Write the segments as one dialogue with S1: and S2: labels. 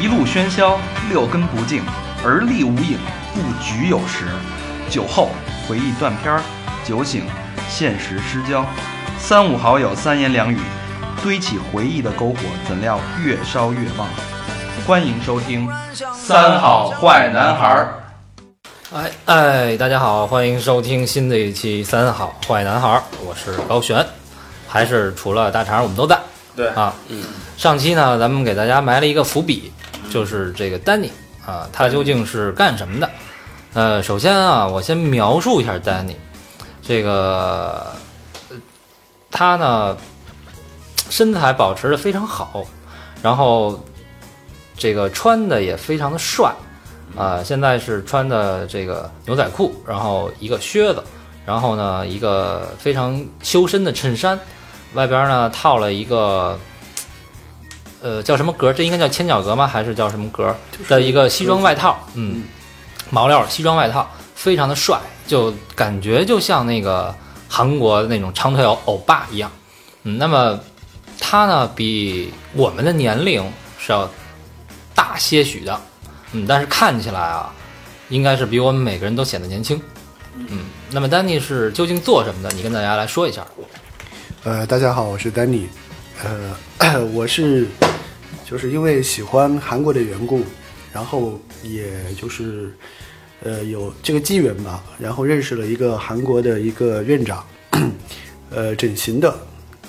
S1: 一路喧嚣，六根不净，而立无影，不局有时。酒后回忆断片儿，酒醒现实失焦。三五好友三言两语，堆起回忆的篝火，怎料越烧越旺。欢迎收听《三好坏男孩儿》。
S2: 哎哎，大家好，欢迎收听新的一期《三好坏男孩》，儿》，我是高璇，还是除了大肠我们都在。
S1: 对
S2: 啊，嗯，上期呢，咱们给大家埋了一个伏笔，就是这个丹尼啊，他究竟是干什么的？呃，首先啊，我先描述一下丹尼，这个呃他呢身材保持的非常好，然后这个穿的也非常的帅。啊、现在是穿的这个牛仔裤，然后一个靴子，然后呢一个非常修身的衬衫，外边呢套了一个，呃，叫什么格？这应该叫千角格吗？还是叫什么格？的一个西装外套，嗯，毛料西装外套，非常的帅，就感觉就像那个韩国那种长腿欧欧巴一样。嗯，那么他呢比我们的年龄是要大些许的，嗯，但是看起来啊，应该是比我们每个人都显得年轻。嗯，那么丹尼是究竟做什么的？你跟大家来说一下。
S3: 呃，大家好，我是丹尼。呃， 我是就是因为喜欢韩国的缘故，然后也就是呃有这个机缘吧，然后认识了一个韩国的一个院长， 呃，整形的。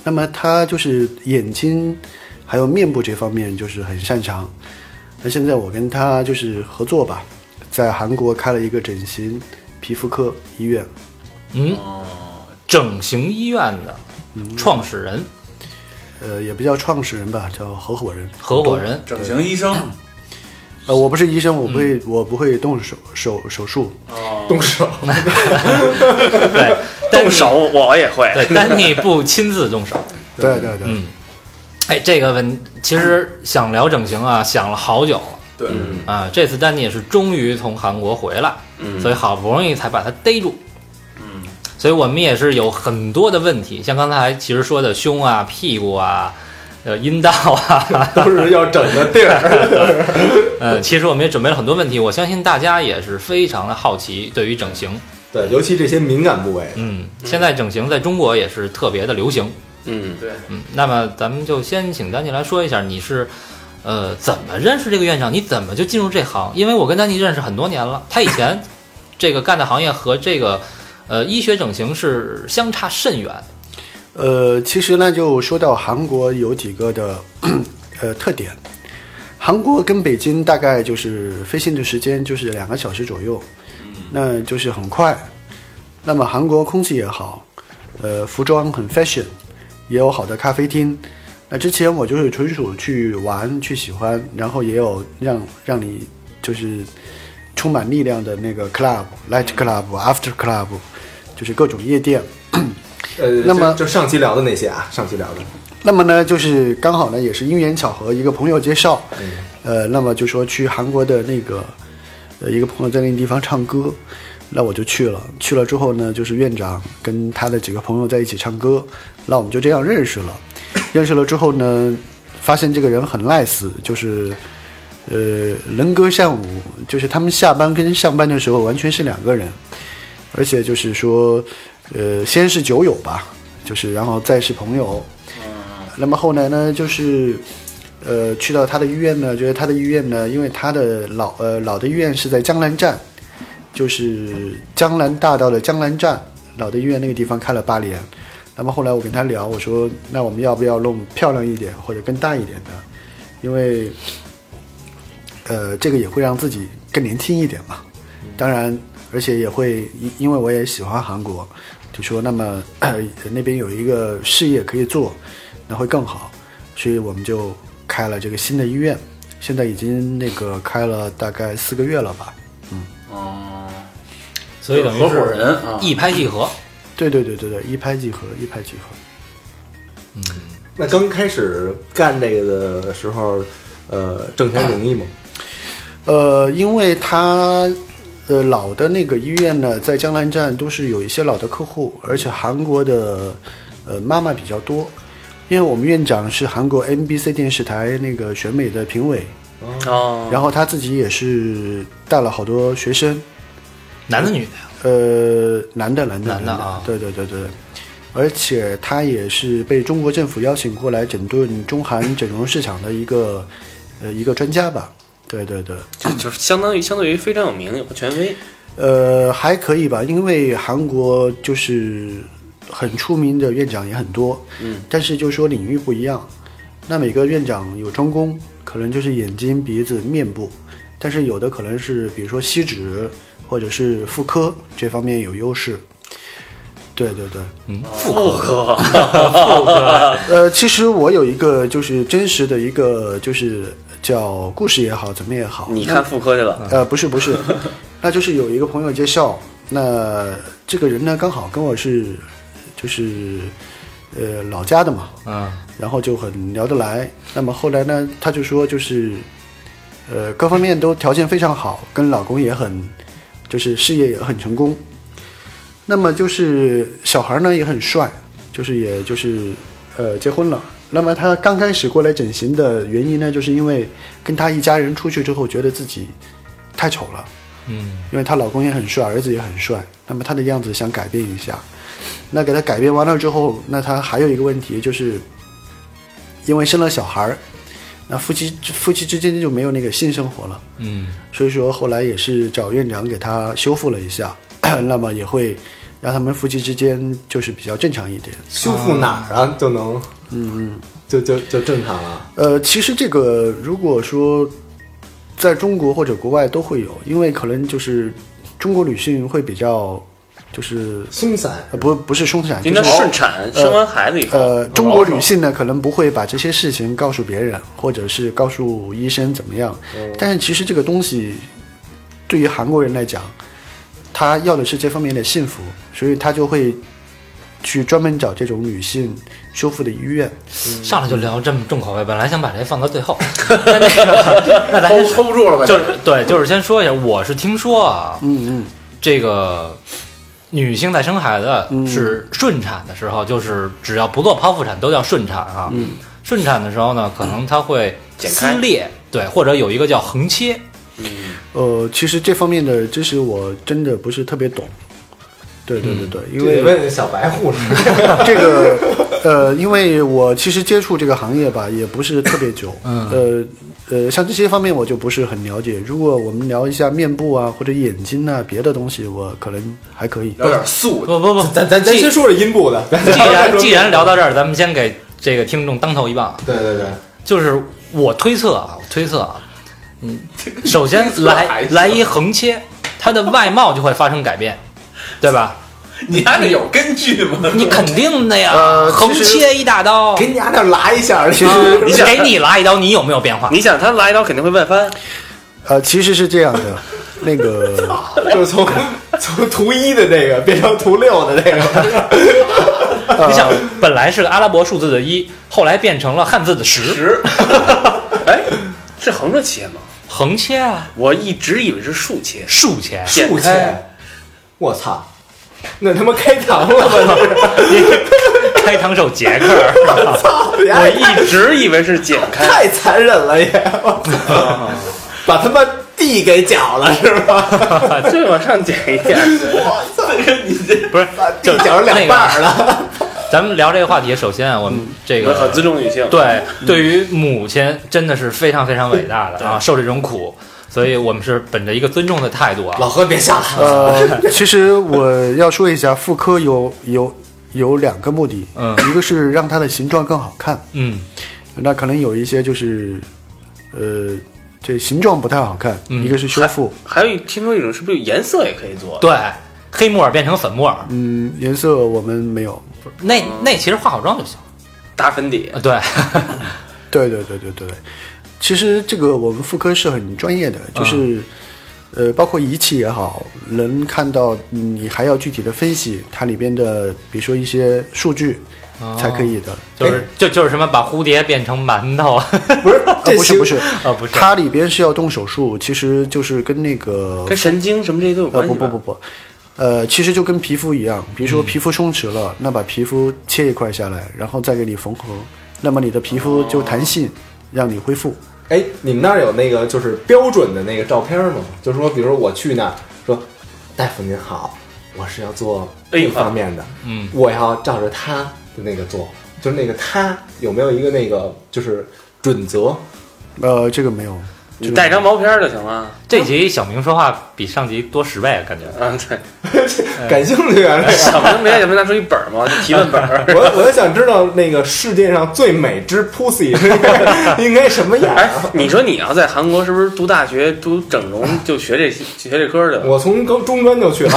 S3: 那么他就是眼睛还有面部这方面就是很擅长。那现在我跟他就是合作吧，在韩国开了一个整形皮肤科医院。
S2: 嗯，整形医院的创始人、
S3: 呃，也不叫创始人吧，叫合伙人。
S2: 合伙
S4: 嗯
S2: 人，
S5: 整形医生
S3: 呃，我不是医生，我不会，我不会动手手手术。
S5: 动手，
S2: 对，
S4: 动
S2: 丹尼，
S4: 手我也会。
S2: 对，丹尼不亲自动手。
S3: 对对对，
S2: 嗯，哎，这个问其实想聊整形啊，想了好久了。
S5: 对，
S2: 啊，这次丹尼也是终于从韩国回来，所以好不容易才把他逮住。嗯，所以我们也是有很多的问题，像刚才其实说的胸啊、屁股啊、呃阴道啊，
S5: 都是要整的地儿。
S2: 呃，其实我们也准备了很多问题，我相信大家也是非常的好奇对于整形。
S5: 对，尤其这些敏感部位，
S2: 嗯，现在整形在中国也是特别的流行。
S4: 嗯，
S5: 对，
S2: 嗯，那么咱们就先请丹尼来说一下，你是，呃，怎么认识这个院长？你怎么就进入这行？因为我跟丹尼认识很多年了，他以前这个干的行业和这个，呃，医学整形是相差甚远。
S3: 呃，其实呢，就说到韩国有几个的 呃特点，韩国跟北京大概就是飞行的时间就是两个小时左右，那就是很快。那么韩国空气也好，呃，服装很 fashion，也有好的咖啡厅。那之前我就是纯属去玩去喜欢，然后也有让让你就是充满力量的那个 club、light club、after club，就是各种夜店。
S5: 呃，
S3: 那么
S5: 就就上期聊的那些啊，上期聊的，
S3: 那么呢，就是刚好呢，也是因缘巧合，一个朋友介绍，呃，那么就说去韩国的那个，呃，一个朋友在那个地方唱歌，那我就去了。去了之后呢，就是院长跟他的几个朋友在一起唱歌，那我们就这样认识了。认识了之后呢，发现这个人很 nice，就是，呃，能歌善舞，就是他们下班跟上班的时候完全是两个人。而且就是说，呃，先是酒友吧，就是然后再是朋友，那么后来呢，就是呃去到他的医院呢，觉得他的医院呢，因为他的老呃老的医院是在江南站，就是江南大道的江南站，老的医院那个地方开了八年。那么后来我跟他聊，我说那我们要不要弄漂亮一点或者更大一点的？因为呃这个也会让自己更年轻一点嘛。当然，而且也会因因为我也喜欢韩国，就说那么呃那边有一个事业可以做，那会更好，所以我们就开了这个新的医院，现在已经那个开了大概四个月了吧。
S1: 嗯
S2: 所以等于
S4: 合伙
S2: 是
S4: 人啊，
S2: 一拍即合。
S3: 对对对对对，一拍即合，一拍即合。
S5: 那刚开始干这个的时候，呃，挣钱容易吗？
S3: 呃，因为他呃老的那个医院呢，在江南站都是有一些老的客户，而且韩国的呃妈妈比较多，因为我们院长是韩国 MBC 电视台那个选美的评委，
S4: 哦，
S3: 然后他自己也是带了好多学生，
S2: 男的女的呀？
S3: 呃，男的，男的，
S2: 男的啊
S3: 对对对对，而且他也是被中国政府邀请过来整顿中韩整容市场的一个呃一个专家吧，对对对，
S4: 就就是相当于相对于非常有名有权威，
S3: 呃，还可以吧，因为韩国就是很出名的院长也很多，
S4: 嗯，
S3: 但是就说领域不一样，那每个院长有专攻，可能就是眼睛、鼻子、面部，但是有的可能是比如说吸脂或者是妇科这方面有优势。对对对，
S4: 妇科，
S3: 呃，其实我有一个就是真实的一个就是叫故事也好，怎么也好，
S4: 你看妇科去了，
S3: 呃，不是不是，那就是有一个朋友介绍，那这个人呢刚好跟我是就是呃老家的嘛，
S2: 嗯，
S3: 然后就很聊得来。那么后来呢，她就说就是呃各方面都条件非常好，跟老公也很就是事业也很成功。那么就是小孩呢也很帅，就是也就是呃结婚了。那么他刚开始过来整形的原因呢，就是因为跟他一家人出去之后，觉得自己太丑了。嗯，因为她老公也很帅，儿子也很帅，那么她的样子想改变一下。那给她改变完了之后，那她还有一个问题就是，因为生了小孩儿，那夫妻夫妻之间就没有那个性生活了。
S2: 嗯，
S3: 所以说后来也是找院长给他修复了一下， 那么也会让他们夫妻之间就是比较正常一点。
S5: 修复哪儿啊就能，嗯嗯，就就就正常了。
S3: 呃，其实这个如果说在中国或者国外都会有，因为可能就是中国女性会比较就是
S5: 松散
S3: 呃不不是松散，
S4: 应
S3: 就
S4: 该
S3: 是
S4: 顺产，生完孩子以后，
S3: 哦呃，中国女性呢，可能不会把这些事情告诉别人，或者是告诉医生怎么样。
S4: 嗯
S3: 但是其实这个东西，对于韩国人来讲，他要的是这方面的幸福，所以他就会去专门找这种女性修复的医院。
S5: 嗯
S2: 上来就聊这么重口味，本来想把这放到最 后，那那个，那咱先
S5: hold 不住了
S2: 就是对，就是先说一下，我是听说啊，
S3: 嗯嗯，
S2: 这个女性在生孩子
S3: 嗯
S2: 是顺产的时候，就是只要不做剖腹产都叫顺产啊。
S5: 嗯
S2: 顺产的时候呢，可能它会
S4: 剪开
S2: 撕裂，对，或者有一个叫横切，
S3: 呃，其实这方面的知识我真的不是特别懂。对对对对，因为
S5: 得嗯问小白护士，
S3: 这个，呃，因为我其实接触这个行业吧，也不是特别久，嗯，呃，呃，像这些方面我就不是很了解。如果我们聊一下面部啊，或者眼睛啊，别的东西，我可能还可以。
S5: 聊点素。
S2: 不不不，
S5: 咱咱咱
S2: 既
S5: 先说说阴部的，咱
S2: 既然既然聊到这儿，咱们先给这个听众当头一棒啊，
S5: 对对对，
S2: 就是我推测啊，我推测啊，嗯，首先来来一横切，它的外貌就会发生改变，对吧？
S4: 你还得有根据吗？
S2: 你肯定的呀，
S3: 呃
S2: 横
S3: 其实
S2: 切一大刀，
S5: 给你俩那拉一下， 其
S2: 啊给你拉一刀，你有没有变化？
S4: 哦你想他来一刀肯定会外翻，
S3: 呃，其实是这样的，那个，
S5: 就是从从图一的这个变成图六的这个，
S2: 你想，本来是个阿拉伯数字的一，后来变成了汉字的十，
S4: 直， 哎，是横着切吗？
S2: 横切啊，
S4: 我一直以为是竖切，
S2: 竖切。
S4: 剪
S5: 数
S4: 开
S5: 千，我操，那他妈开膛了吧这 是？
S2: 开膛手杰克儿，
S5: 操，
S4: 我一直以为是剪开，
S5: 太残忍了 也，我操，把他妈地给绞了是吧？
S4: 再往上剪一点，
S5: 我 操，你这
S2: 不是
S5: 把地绞成两啊半儿了，
S2: 咱们聊这个话题，首先啊，我们这
S4: 我很
S2: 个
S4: 尊重女性。，
S2: 对对于母亲真的是非常非常伟大的啊，受这种苦，所以我们是本着一个尊重的态度啊。
S5: 老何别下了，
S3: 呃，其实我要说一下，妇科有有有两个目的，
S2: 嗯
S3: 一个是让它的形状更好看，
S2: 嗯
S3: 那可能有一些就是，呃，这形状不太好看，
S2: 嗯
S3: 一个是修复。
S4: 还有一听说一种是不是有颜色也可以做？
S2: 对，黑木耳变成粉木耳，
S3: 嗯，颜色我们没有。
S2: 那那其实化好妆就行。
S4: 打粉底
S2: 啊，对，
S3: 对对对对对，其实这个我们妇科是很专业的，就是、
S2: 嗯
S3: 呃，包括仪器也好，能看到嗯你还要具体的分析它里边的，比如说一些数据
S2: 哦
S3: 才可以 的。
S2: 就是就就是什么把蝴蝶变成馒头 啊，
S5: 不是
S3: 啊不是不是
S2: 啊不是
S3: 它里边是要动手术，其实就是跟那个
S4: 跟神经什么这些都有
S3: 呃
S4: 关系
S3: 不
S4: 吧。
S3: 不不不，呃，其实就跟皮肤一样，比如
S2: 嗯
S3: 说皮肤松弛了，那把皮肤切一块下来，然后再给你缝合，那么你的皮肤就弹性，让你恢复。
S5: 哎，你们那儿有那个就是标准的那个照片吗？就是说，比如说我去那儿说，大夫您好，我是要做
S4: A
S5: 这方面的，
S2: 嗯，
S5: 我要照着他的那个做，就是那个他有没有一个那个就是准则？
S3: 呃，这个没有，这
S4: 你
S3: 个
S4: 带张毛片儿就行了。
S2: 这集小明说话比上集多十倍，感觉。
S4: 啊， 对，
S5: 感兴趣啊，这个。
S4: 小明没也没拿出一本儿嘛，就提问本儿。
S5: 我我就想知道那个世界上最美之 pussy 是应该 应该什么样、
S4: 哎
S5: 啊？，
S4: 你说你要在韩国是不是读大学读整容就学这学这科儿去了？
S5: 我从高中专就去了，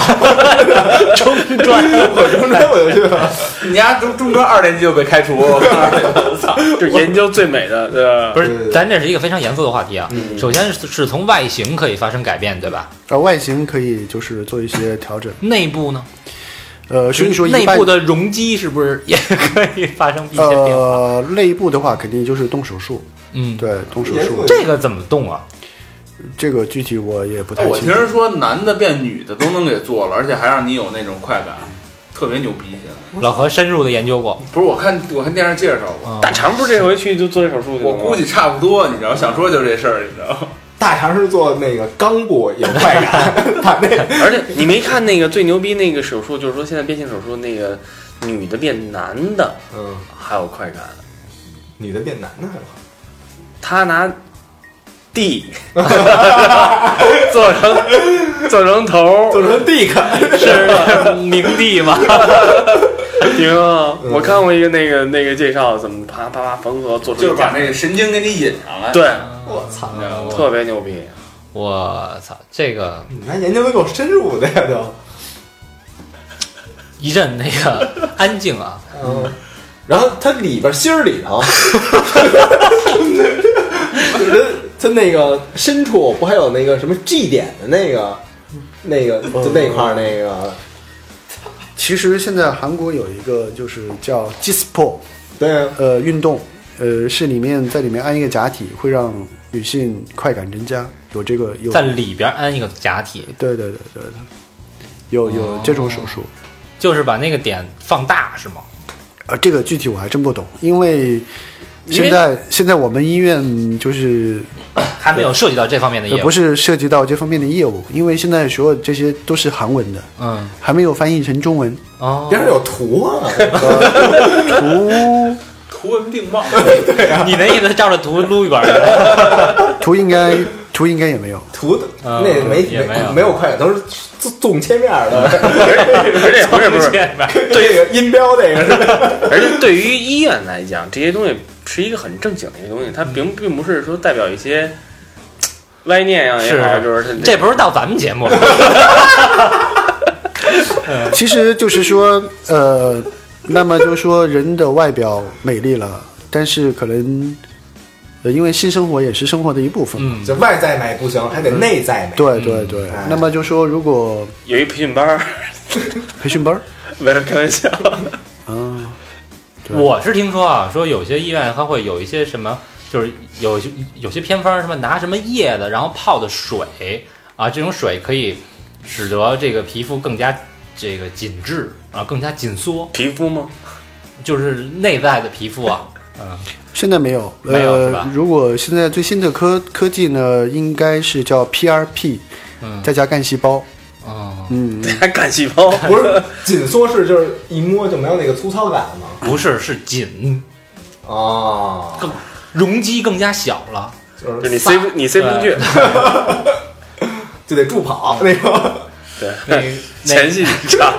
S4: 中专
S5: 我中专我就去了。
S6: 你家中中专二年级就被开除，我告诉你我操！
S4: 就是研究最美的，对吧？
S2: 不
S5: 对对
S2: 是，
S5: 对
S2: 咱这是一个非常严肃的话题啊。
S3: 嗯
S2: 首先是是从外形可以发生改变，对吧？
S3: 呃，外形可以就是做一些调整。
S2: 内部呢？
S3: 呃，所以说一
S2: 内
S3: 般
S2: 部的容积是不是也可以发生一些变化？
S3: 呃内部的话，肯定就是动手术，
S2: 嗯，
S3: 对，动手
S5: 也
S3: 术
S5: 会。
S2: 这个怎么动啊？
S3: 这个具体我也
S2: 哦
S3: 不太
S6: 我
S3: 清
S6: 听
S3: 楚。
S6: 人说男的变女的都能给做了，而且还让你有那种快感，特别牛逼。现在
S2: 老何深入的研究过，
S6: 不是我看我看电视介绍过，
S2: 啊
S4: 大肠不是这回去就做这手术去了
S6: 我
S4: 吗？
S6: 估计差不多，你知道，想说就是这事儿，你知道吗？
S5: 大肠是做那个肛部有快 感，把那个
S4: 而且你没看那个最牛逼那个手术，就是说现在变性手术那个女的变男的
S5: 嗯，
S4: 还有快感，
S5: 女的变男的还好，
S4: 他拿 D 做成做成头
S5: 做成 dick，
S2: 是明帝吗？
S4: 挺好。
S5: 嗯
S4: 我看过一个那个那个介绍，怎么啪啪啪缝合做出
S6: 就是把
S4: 假
S6: 那个神经给你引上来。
S4: 对，
S5: 我操！
S6: 你知道吗，
S4: 特别牛逼。
S2: 我操，这个
S5: 你还研究的够深入的呀，就。
S2: 一阵那个 安静啊，
S5: 嗯，然后它里边心儿里 头，就是它那个深处不还有那个什么 G 点的那个，那个就那块儿那个，
S3: 其实现在韩国有一个就是叫 G Sport，
S5: 对啊，
S3: 呃，运动，呃，是里面在里面安一个假体，会让女性快感增加，有这个有。
S2: 在里边安一个假体，
S3: 对对对对对，有
S2: 哦
S3: 有这种手术。
S2: 就是把那个点放大是吗？
S3: 啊，这个具体我还真不懂，因为
S4: 因为
S3: 现在现在我们医院就是
S2: 还没有涉及到这方面的
S3: 呃
S2: 业务。
S3: 不是涉及到这方面的业务，因为现在所有这些都是韩文的，
S2: 嗯，
S3: 还没有翻译成中文。
S4: 啊
S2: 哦，
S5: 边上有图啊，
S3: 图
S6: 图文并茂，
S2: 你的意思照着图撸一管儿？
S3: 图应该图应该也没有，
S5: 图的
S2: 嗯
S5: 那没
S2: 也没有
S5: 没有快感，都是纵纵切面儿 的，
S4: 而且 不是不是，
S5: 这个音标那个是吧
S4: 而且对于医院来讲，这些东西是一个很正经的一个东西，它并并不是说代表一些嘖歪念呀也好，
S2: 是
S4: 就是它
S2: 这不是到咱们节目了，
S3: 其实就是说，呃，那么就是说人的外表美丽了，但是可能，呃，因为性生活也是生活的一部分。
S2: 嗯，
S5: 就外在美不行，还得内在美。
S3: 对对对，
S5: 哎
S3: 那么就说如果
S4: 有一培训班儿，
S3: 培训班儿
S4: 没有开玩笑，
S3: 啊，对
S2: 我是听说啊，说有些医院它会有一些什么，就是有些有些偏方什么拿什么叶子，然后泡的水啊，这种水可以使得这个皮肤更加这个紧致啊，更加紧缩，
S4: 皮肤吗？
S2: 就是内在的皮肤啊，嗯，
S3: 现在没有，
S2: 没有是吧
S3: 呃，如果现在最新的科科技呢，应该是叫 PRP，
S2: 嗯
S3: 再加干细胞，
S2: 哦，
S3: 嗯，
S4: 还干细胞？
S5: 不是紧缩式，就是一摸就没有那个粗糙感了吗？
S2: 不是，是紧，
S5: 哦，
S2: 更容积更加小了。
S5: 就
S4: 就是你塞不你塞不进去，
S5: 就得助跑那种。
S4: 对，
S2: 那
S4: 前
S2: 那
S4: 戏长。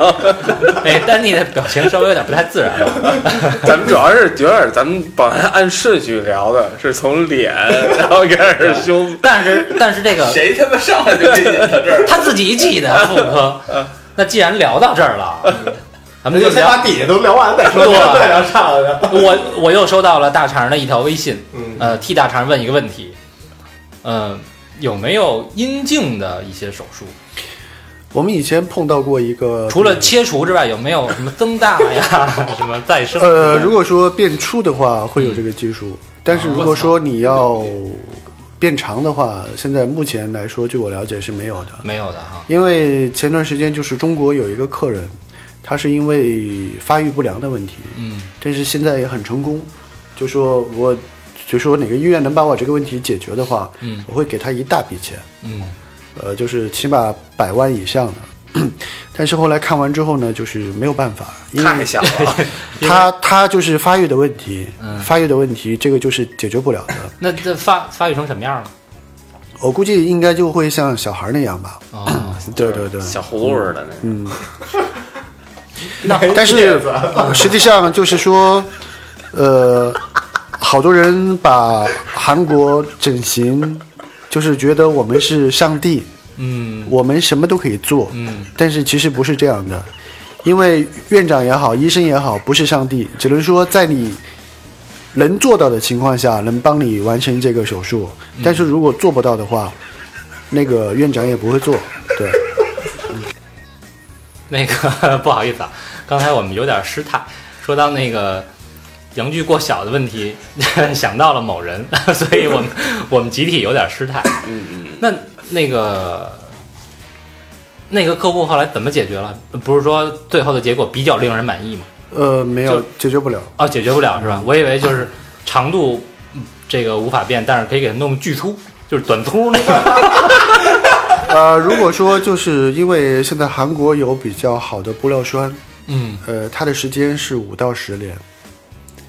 S2: 那丹尼的表情稍微有点不太自然 了，
S4: 咱们主要是有点，咱们本来按顺序聊的，是从脸，然后开始胸，
S2: 但是但是这个
S6: 谁哎他妈上来就给你到这儿？
S2: 他自己记 得妇科。那既然聊到这儿
S3: 嗯
S2: 了，咱们
S5: 那
S2: 就
S5: 就先
S2: 聊
S5: 把。底下都聊完再 说，
S2: 对啊
S5: 再聊上来的。
S2: 我我又收到了大肠的一条微信，
S5: 嗯
S2: 呃，替大肠问一个问题，呃，有没有阴茎的一些手术？
S3: 我们以前碰到过一个，
S2: 除了切除之外，有没有什么增大呀， 什么再生？
S3: 呃，如果说变粗的话，会有这个技术，
S2: 嗯
S3: 但是如果说你要变长的话，现在目前来说，据我了解是没有的，
S2: 没有的哈，
S3: 因为前段时间就是中国有一个客人，他是因为发育不良的问题，
S2: 嗯，
S3: 但是现在也很成功，就说我就说哪个医院能把我这个问题解决的话，
S2: 嗯
S3: 我会给他一大笔钱，
S2: 嗯
S3: 呃，就是起码百万以上的。 但是后来看完之后呢，就是没有办法，因为
S4: 太小了，
S3: 他他就是发育的问题，发育的问题，这个就是解决不了的。
S2: 那这发发育成什么样了？
S3: 我估计应该就会像小孩那样吧。
S2: 哦，
S3: 对对对，
S4: 小葫芦似的那种。
S3: 但是、呃
S2: 嗯
S3: 实际上就是说，呃，好多人把韩国整形，就是觉得我们是上帝，
S2: 嗯
S3: 我们什么都可以做，
S2: 嗯
S3: 但是其实不是这样的，因为院长也好，医生也好，不是上帝，只能说在你能做到的情况下，能帮你完成这个手术。
S2: 嗯
S3: 但是如果做不到的话，那个院长也不会做。对，
S2: 那个不好意思啊，刚才我们有点失态，说到那个阳具过小的问题， 想到了某人， 所以我们我们集体有点失态。
S4: 嗯嗯，
S2: 那那个那个客户后来怎么解决了？不是说最后的结果比较令人满意吗？
S3: 呃，没有
S2: 就
S3: 解决不了。
S2: 哦，解决不了是吧？我以为就是长度嗯这个无法变，但是可以给它弄巨粗，就是短粗那种。
S3: 呃，如果说就是因为现在韩国有比较好的玻尿酸，
S2: 嗯
S3: 呃，它的时间是五到十年，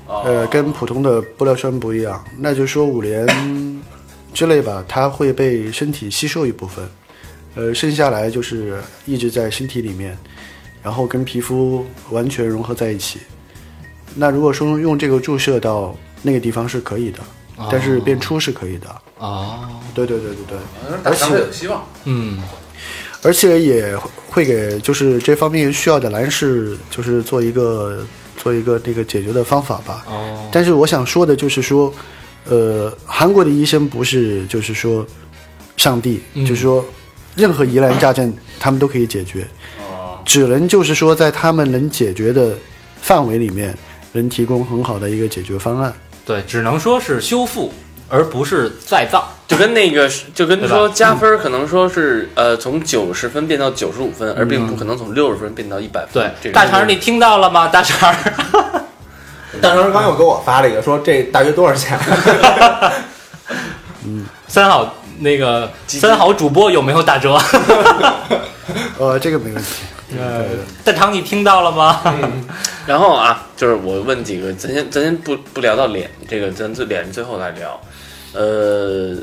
S6: 哦
S3: 呃，跟普通的玻尿酸不一样，那就说五年 之类吧，它会被身体吸收一部分，呃，剩下来就是一直在身体里面，然后跟皮肤完全融合在一起。那如果说用这个注射到那个地方是可以的，但是变粗是可以的。
S2: 哦
S3: 对对对对对。
S6: 打咱们有希望。
S2: 嗯
S3: 而且也会给就是这方面需要的男士，就是做一个做一个那个解决的方法吧。
S2: 哦
S3: 但是我想说的就是说，呃，韩国的医生不是就是说上帝，
S2: 嗯
S3: 就是说任何疑难杂症他们都可以解决，
S6: 哦，
S3: 只能就是说在他们能解决的范围里面，能提供很好的一个解决方案。
S2: 对，只能说是修复，而不是再造。
S4: 就跟那个是，就跟
S2: 对吧嗯
S4: 说加分儿可能说是呃从九十分变到九十五分，而并不可能从六十分变到一百分
S2: 对。，
S4: 这个
S2: 大肠儿你听到了吗？大肠儿，
S5: 大成刚又给我发了一个，说这大约多少钱？啊
S2: 三好那个三好主播有没有打 折？
S3: 呃，这个没问题。
S2: 大肠你听到了 吗？
S4: 然后啊，就是我问几个，咱先咱先不不聊到脸这个，咱最脸最后来聊。呃，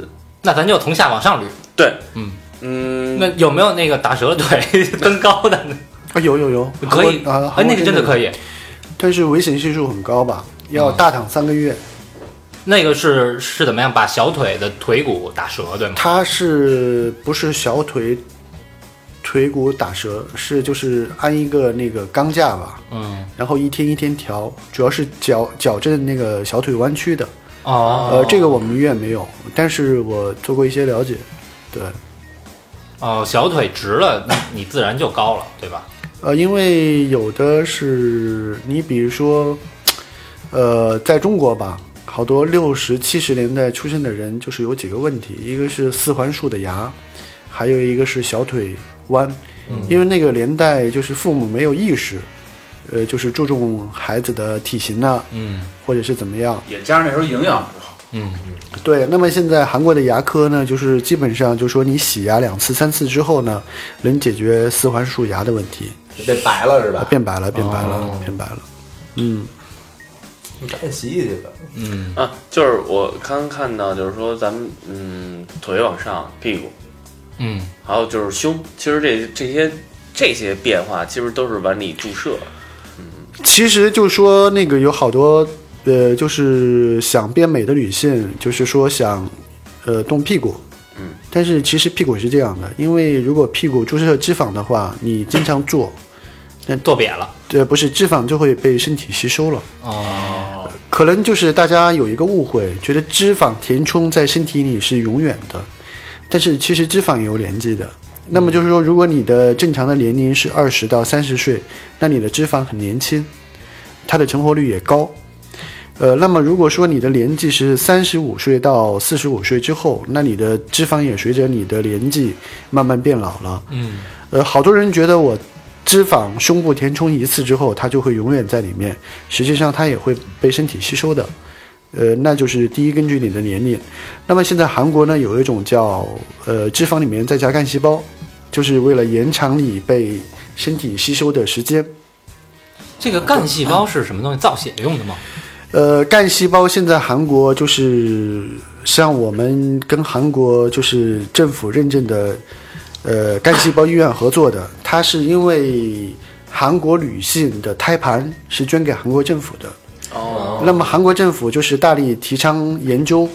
S2: 那咱就从下往上捋。
S4: 对，
S2: 嗯
S4: 嗯，
S2: 那有没有那个打折 腿登高的呢？
S3: 啊，有有有，
S2: 可以，
S3: 啊，
S2: 哎，那个真的可
S3: 以，
S2: 以，
S3: 但是危险系数很高吧？要
S2: 嗯
S3: 大躺三个月。
S2: 那个是是怎么样把小腿的腿骨打折，对吗？
S3: 它是不是小腿腿骨打折？是就是安一个那个钢架吧，
S2: 嗯，
S3: 然后一天一天调，主要是矫矫正那个小腿弯曲的。
S2: 哦，
S3: 呃，这个我们医院没有，但是我做过一些了解。对，
S2: 哦，小腿直了，那你自然就高了，对吧？
S3: 呃，因为有的是你比如说，呃，在中国吧，好多六十七十年代出生的人就是有几个问题，一个是四环束的牙，还有一个是小腿弯，
S2: 嗯
S3: 因为那个年代就是父母没有意识，呃，就是注重孩子的体型呐、
S2: 嗯
S3: 或者是怎么样。
S6: 也加上那时候营养不好，
S2: 嗯，
S3: 对，那么现在韩国的牙科呢，就是基本上就说你洗牙两次、三次之后呢，能解决四环束牙的问题，
S5: 这白了是
S3: 啊
S5: 吧？
S3: 变白了，变白了，
S2: 哦
S3: 变白了。嗯，
S5: 你赶紧洗洗去吧。
S4: 啊，就是我刚看到，就是说咱们嗯腿往上，屁股，
S2: 嗯，
S4: 还有就是胸，其实这这些这些变化其实都是往里注射。
S3: 其实就说那个有好多呃，就是想变美的女性，就是说想呃动屁股，
S4: 嗯，
S3: 但是其实屁股是这样的，因为如果屁股注射脂肪的话，你经常做，
S2: 坐瘪了。
S3: 呃，不是脂肪就会被身体吸收了。
S2: 哦，
S3: 可能就是大家有一个误会，觉得脂肪填充在身体里是永远的，但是其实脂肪也有年纪的。那么就是说，如果你的正常的年龄是二十到三十岁，那你的脂肪很年轻，它的成活率也高。呃，那么如果说你的年纪是三十五岁到四十五岁之后，那你的脂肪也随着你的年纪慢慢变老了。
S2: 嗯，
S3: 呃，好多人觉得我脂肪胸部填充一次之后，它就会永远在里面，实际上它也会被身体吸收的。呃，那就是第一根据你的年龄。那么现在韩国呢有一种叫呃脂肪里面再加干细胞，就是为了延长你被身体吸收的时间。
S2: 这个干细胞是什么东西？造血用的吗？
S3: 呃，干细胞现在韩国就是像我们跟韩国就是政府认证的，呃，干细胞医院合作的，它是因为韩国女性的胎盘是捐给韩国政府的，
S4: 哦，
S3: 那么韩国政府就是大力提倡研究，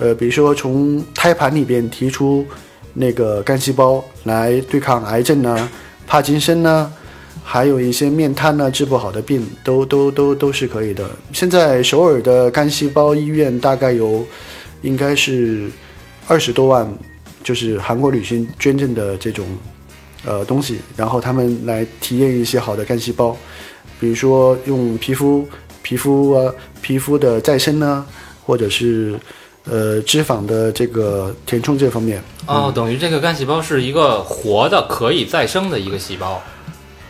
S3: 呃，比如说从胎盘里边提出那个干细胞来对抗癌症呢、帕金森啊呢、还有一些面瘫啊呢治不好的病，都都都都是可以的。现在首尔的干细胞医院大概有，应该是二十多万，就是韩国女性捐赠的这种呃东西，然后他们来体验一些好的干细胞，比如说用皮肤皮肤啊皮肤的再生呢，或者是呃脂肪的这个填充这方面。
S2: 哦，等于这个干细胞是一个活的、可以再生的一个细胞，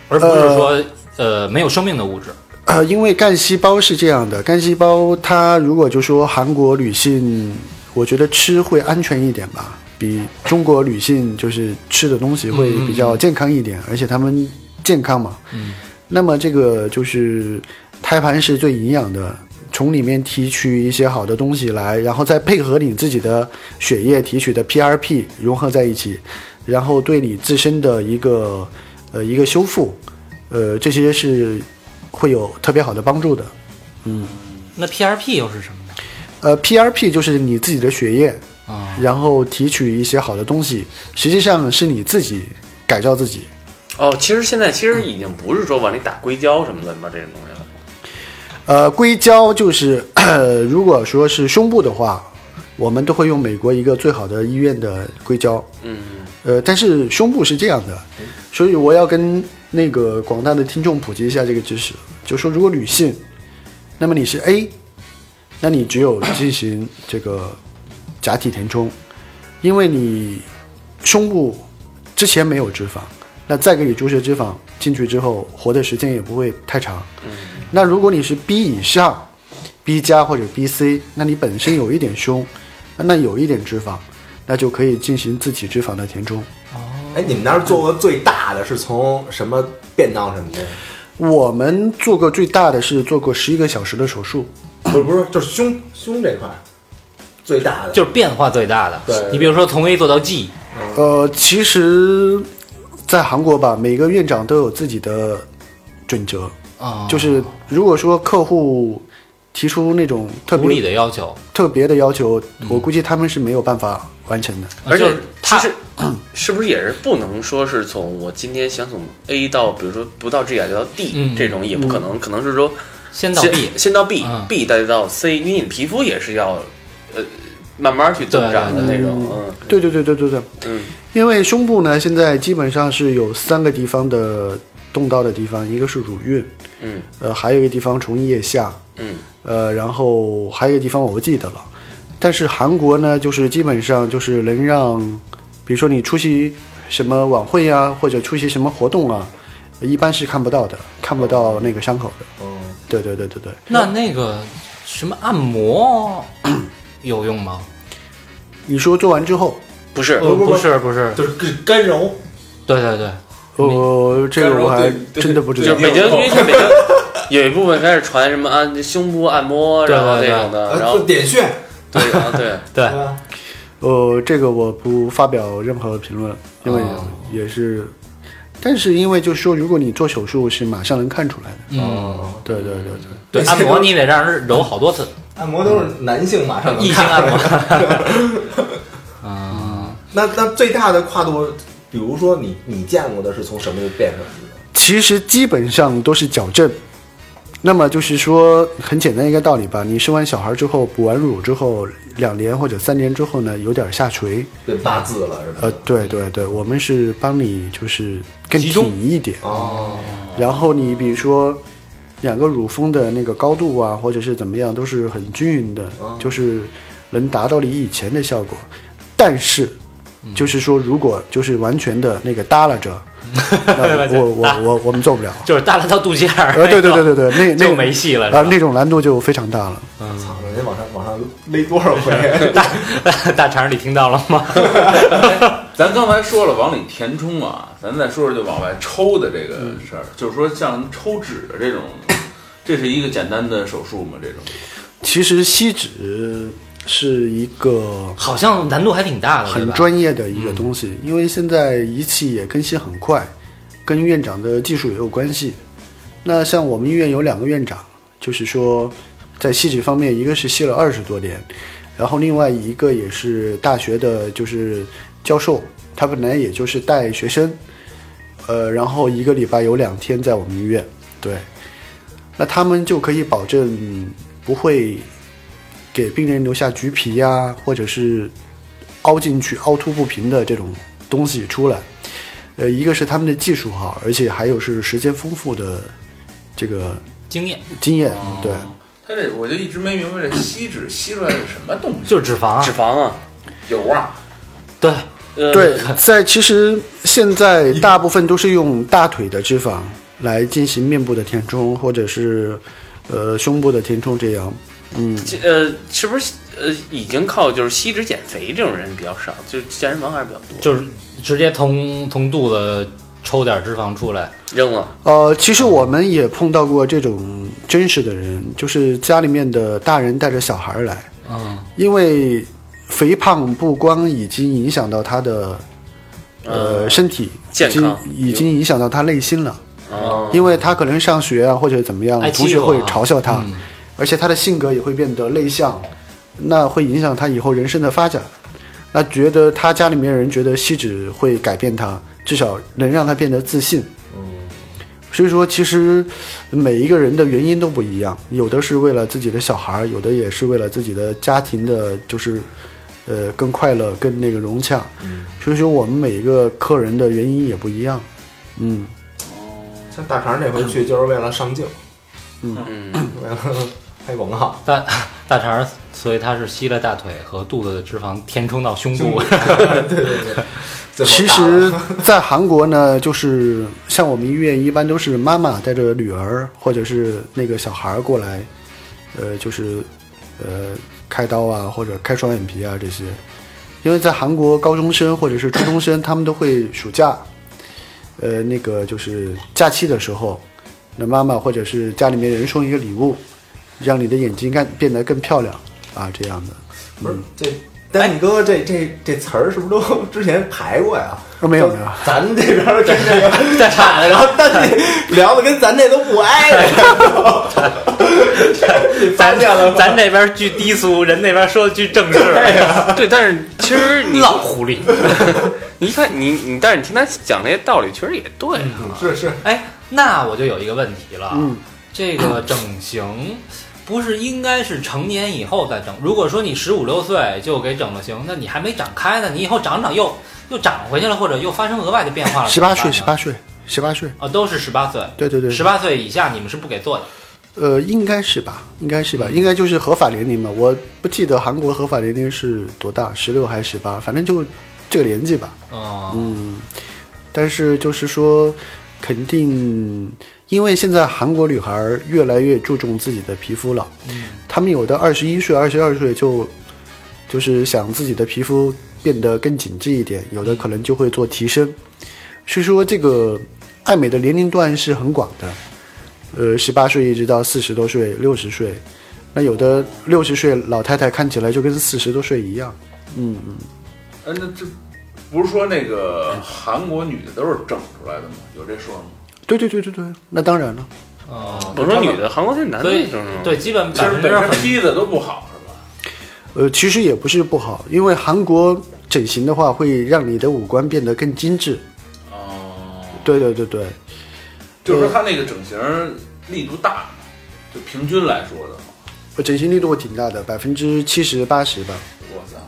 S2: 而不是说呃没有生命的物质。
S3: 呃，因为干细胞是这样的，干细胞它如果就说韩国女性，我觉得吃会安全一点吧，比中国女性就是吃的东西会比较健康一点，而且她们健康嘛。
S2: 嗯。
S3: 那么这个就是胎盘是最营养的，从里面提取一些好的东西来，然后再配合你自己的血液提取的 PRP 融合在一起，然后对你自身的一个呃一个修复，呃这些是会有特别好的帮助的。
S2: 那 PRP 又是什么呢？
S3: 呃，PRP 就是你自己的血液，
S2: 啊、
S3: 然后提取一些好的东西，实际上是你自己改造自己。
S4: 哦，其实现在其实已经不是说往里打硅胶什么乱七八糟这种东西了。
S3: 呃，硅胶就是，呃如果说是胸部的话，我们都会用美国一个最好的医院的硅胶。
S4: 嗯，
S3: 呃，但是胸部是这样的，所以我要跟那个广大的听众普及一下这个知识，就说如果女性，那么你是 A，那你只有进行这个假体填充，因为你胸部之前没有脂肪，那再给你注射脂肪进去之后，活的时间也不会太长。那如果你是 B 以上，B 加或者 BC，那你本身有一点胸，那有一点脂肪，那就可以进行自体脂肪的填充。
S5: 哎，你们那儿做过最大的是从什么变到什么的？
S3: 我们做过最大的是做过十一个小时的手术，
S5: 不是不是，就是胸胸这块儿最大的，
S2: 就是变化最大的。
S5: 对
S2: 你比如说从 A 做到 G，
S3: 呃，其实，在韩国吧，每个院长都有自己的准则，
S2: 啊、
S3: 就是如果说客户提出那种特
S2: 无理的
S3: 别
S2: 要求，
S3: 特别的要求，我估计他们是没有办法完成的。
S4: 而
S2: 就
S4: 且
S2: 是
S4: 其
S2: 它
S4: 实 是不是也是不能说是从我今天想从 A 到比如说不到 G 啊，就到 D、
S2: 嗯
S4: 这种也不可能，可能是说
S2: 先到
S4: 先
S2: B，
S4: 先到 B，B、
S2: 嗯
S4: 再到 C，因为你的皮肤也是要呃慢慢去增长的那种，嗯
S3: 对对对对对对，
S4: 嗯，
S3: 因为胸部呢，现在基本上是有三个地方的动刀的地方，一个是乳晕，
S4: 嗯
S3: 呃，还有一个地方从腋下，
S4: 嗯，
S3: 呃，然后还有一个地方我不记得了。但是韩国呢，就是基本上就是能让，比如说你出席什么晚会呀、或者出席什么活动啊，一般是看不到的，看不到那个伤口的。
S6: 哦
S5: 嗯，
S3: 对对对对对，
S2: 那那个什么按摩有用吗？
S3: 你说做完之后，
S4: 不是，
S2: 呃不是不是，
S5: 就是干揉，
S2: 对对对，
S3: 呃，这个我还
S6: 干扰对
S3: 真的不知
S4: 就是
S3: 道
S6: 对。
S4: 北京，因为现在北京有一部分开始传什么按胸部按摩，
S2: 对
S4: 然后
S2: 对
S4: 那
S2: 对
S4: 种的，然
S5: 呃
S4: 后
S5: 就点穴，
S4: 对，然后对，
S2: 对，
S5: 吧？
S3: 呃，这个我不发表任何评论，因为
S2: 哦
S3: 也是，但是因为就是说，如果你做手术是马上能看出来的。哦
S2: 嗯，
S3: 对对对
S2: 对，
S3: 对。
S5: 哎
S2: 按摩你得让人揉好多次，
S5: 按摩都是男性马上能
S2: 异性
S5: 嗯看
S2: 按摩
S5: 出来。。
S2: 啊，
S5: 那那最大的跨度，比如说你你见过的是从什么变什么的？
S3: 其实基本上都是矫正。那么就是说，很简单一个道理吧。你生完小孩之后，补完乳之后，两年或者三年之后呢，有点下垂。
S5: 变八字了是吧？
S3: 呃，对对对，我们是帮你就是更
S2: 集
S3: 挺
S2: 中
S3: 一点，
S5: 哦，
S3: 然后你比如说两个乳峰的那个高度啊，或者是怎么样，都是很均匀的，就是能达到你以前的效果。但是就是说，如果就是完全的那个耷拉着，那我我我我们做不了。
S2: 就是耷拉到肚脐眼 儿，
S3: 呃，对对对对对，那那
S2: 就没戏了，
S3: 啊，
S2: 是吧？
S3: 那种难度就非常大了。
S2: 嗯
S5: 操，人家往上往上勒多少 回？
S2: 大大肠，你听到了吗？
S6: 咱刚才说了往里填充啊，咱再说说就往外抽的这个事儿，就是说像抽脂的这 种，这是一个简单的手术吗？这种
S3: 其实吸脂是一个
S2: 好像难度还挺大的，对
S3: 很
S2: 吧？嗯
S3: 专业的一个东西，因为现在仪器也更新很快，跟院长的技术也有关系。那像我们医院有两个院长，就是说在吸脂方面，一个是吸了二十多年，然后另外一个也是大学的，就是教授，他本来也就是带学生，呃，然后一个礼拜有两天在我们医院，对，那他们就可以保证不会给病人留下橘皮呀、或者是凹进去、凹凸不平的这种东西出来。呃，一个是他们的技术好，而且还有是时间丰富的这个
S2: 经验
S3: 经验。对，
S6: 他这我就一直没明白，这吸脂吸出来是什么东西？
S2: 就是脂肪啊
S4: 脂，肪啊，
S6: 油啊，
S2: 对，
S4: 呃，
S3: 对，在其实现在大部分都是用大腿的脂肪来进行面部的填充，或者是呃胸部的填充，这样。嗯，
S4: 这呃，是不是呃已经靠就是吸脂减肥这种人比较少，就是健身房还是比较多，
S2: 就是直接从从肚子抽点脂肪出来，
S4: 扔了，
S3: 呃，其实我们也碰到过这种真实的人，就是家里面的大人带着小孩儿来，
S4: 啊
S2: 嗯，
S3: 因为肥胖不光已经影响到他的呃
S4: 嗯
S3: 身体，
S4: 健康
S3: 已经已经影响到他内心了，
S4: 哦，
S3: 因为他可能上学啊或者怎么样
S2: 爱，欺
S3: 同学
S2: 负
S3: 会
S2: 啊
S3: 嘲笑他，而且他的性格也会变得内向，那会影响他以后人生的发展。那觉得他家里面人觉得吸脂会改变他，至少能让他变得自信。所以说，其实每一个人的原因都不一样，有的是为了自己的小孩儿，有的也是为了自己的家庭的，就是呃更快乐、更那个融洽。所以说，我们每一个客人的原因也不一样。嗯，
S5: 像大肠这回去就是为了上镜，
S4: 嗯，
S5: 为了拍广告。
S2: 大大肠儿，所以他是吸了大腿和肚子的脂肪填充到胸部，
S5: 对对对，最后
S3: 其
S5: 打了
S3: 实， 在韩国呢，就是像我们医院一般都是妈妈带着女儿或者是那个小孩儿过来，呃，就是呃开刀啊或者开双眼皮啊这些，因为在韩国高中生或者是初中生他们都会暑假，呃，那个就是假期的时候，那妈妈或者是家里面人送一个礼物，让你的眼睛看变得更漂亮啊这样的。
S5: 不
S3: 嗯
S5: 是这丹尼哥这这这词儿是不是都 之前排过呀？
S3: 哦没有没有，
S5: 咱们这边儿跟这个
S2: 在场
S5: 然后丹 尼聊的跟咱这都不挨着，
S2: 咱咱这边巨低俗，人那边说的巨正式，
S4: 对，但是其实 你
S2: 老狐狸。
S4: 你一看你你，但是你听他讲这些道理，其实也对啊，
S5: 是是，
S2: 哎，那我就有一个问题了，
S3: 嗯，
S2: 这个整形不是应该是成年以后再整？如果说你十五六岁就给整了形，那你还没长开呢，你以后长长又又长回去了，或者又发生额外的变化了，
S3: 十八岁
S2: 怎
S3: 十
S2: 么办
S3: 八
S2: 呢
S3: 岁十八岁，
S2: 啊，都是十八岁，
S3: 对对对，
S2: 十八岁以下你们是不给做的。
S3: 呃，应该是吧，应该是吧，应该就是合法年龄嘛。我不记得韩国合法年龄是多大，十六还是十八，反正就这个年纪吧。
S2: 嗯，
S3: 但是就是说，肯定，因为现在韩国女孩儿越来越注重自己的皮肤了，她们有的二十一岁、二十二岁就就是想自己的皮肤变得更紧致一点，有的可能就会做提升。所以说，这个爱美的年龄段是很广的，呃，十八岁一直到四十多岁、六十岁，那有的六十岁老太太看起来就跟四十多岁一样。嗯嗯，
S6: 哎，那这不是说那个韩国女的都是整出来的吗？有这说吗？
S3: 对对对对对，那当然了。
S2: 哦，
S4: 我说女的，韩国是男的
S2: 所以
S4: 女生吗？
S2: 对，基本
S6: 其
S2: 百
S6: 实
S2: 分
S6: 本
S2: 之
S6: 身
S2: 很
S6: 披的都不好是吧？
S3: 呃，其实也不是不好，因为韩国整形的话会让你的五官变得更精致。
S6: 哦，
S3: 对对对对，
S6: 就
S3: 嗯
S6: 是说他那个整形力度大吗，就平均来说的话，
S3: 呃整形力度挺大的，百分之七十八十吧。
S6: 我操！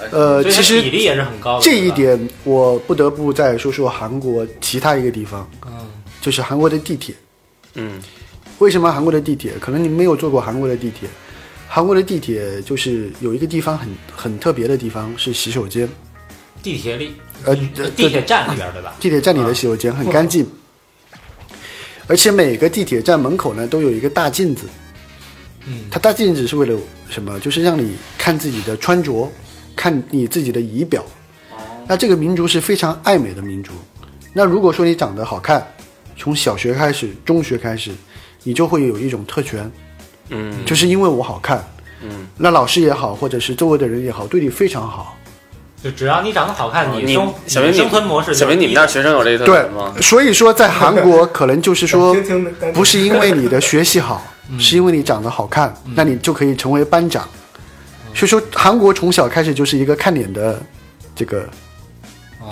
S6: 哎
S3: 呃，
S2: 所以它
S3: 其
S2: 比
S3: 实
S2: 例也是很高的。
S3: 这
S2: 对
S3: 一
S2: 吧，
S3: 点我不得不再说说韩国其他一个地方，
S2: 嗯，
S3: 就是韩国的地铁。
S4: 嗯，
S3: 为什么韩国的地铁？可能你没有坐过韩国的地铁。韩国的地铁就是有一个地方很很特别的地方是洗手间，
S2: 地铁里，
S3: 呃，
S2: 地铁站里边儿对吧？
S3: 地铁站里的洗手间很干净，而且每个地铁站门口呢都有一个大镜子，
S2: 嗯，
S3: 它大镜子是为了什么？就是让你看自己的穿着，看你自己的仪表。那这个民族是非常爱美的民族。那如果说你长得好看，从小学开始、中学开始，你就会有一种特权，
S4: 嗯
S3: 就是因为我好看，
S4: 嗯，
S3: 那老师也好，或者是周围的人也好，对你非常好。
S2: 就只要你长得好看，
S4: 哦你
S2: 生
S4: 小明
S2: 你生存模式就是，
S4: 小明你们那学生有这特
S3: 对
S4: 点吗，？
S3: 所以说在韩国可能就是说，
S5: 听听丹尼
S3: 不是因为你的学 习好，
S2: 嗯
S3: 是因为你长得好看，那你就可以成为班长。所以说，韩国从小开始就是一个看脸的这个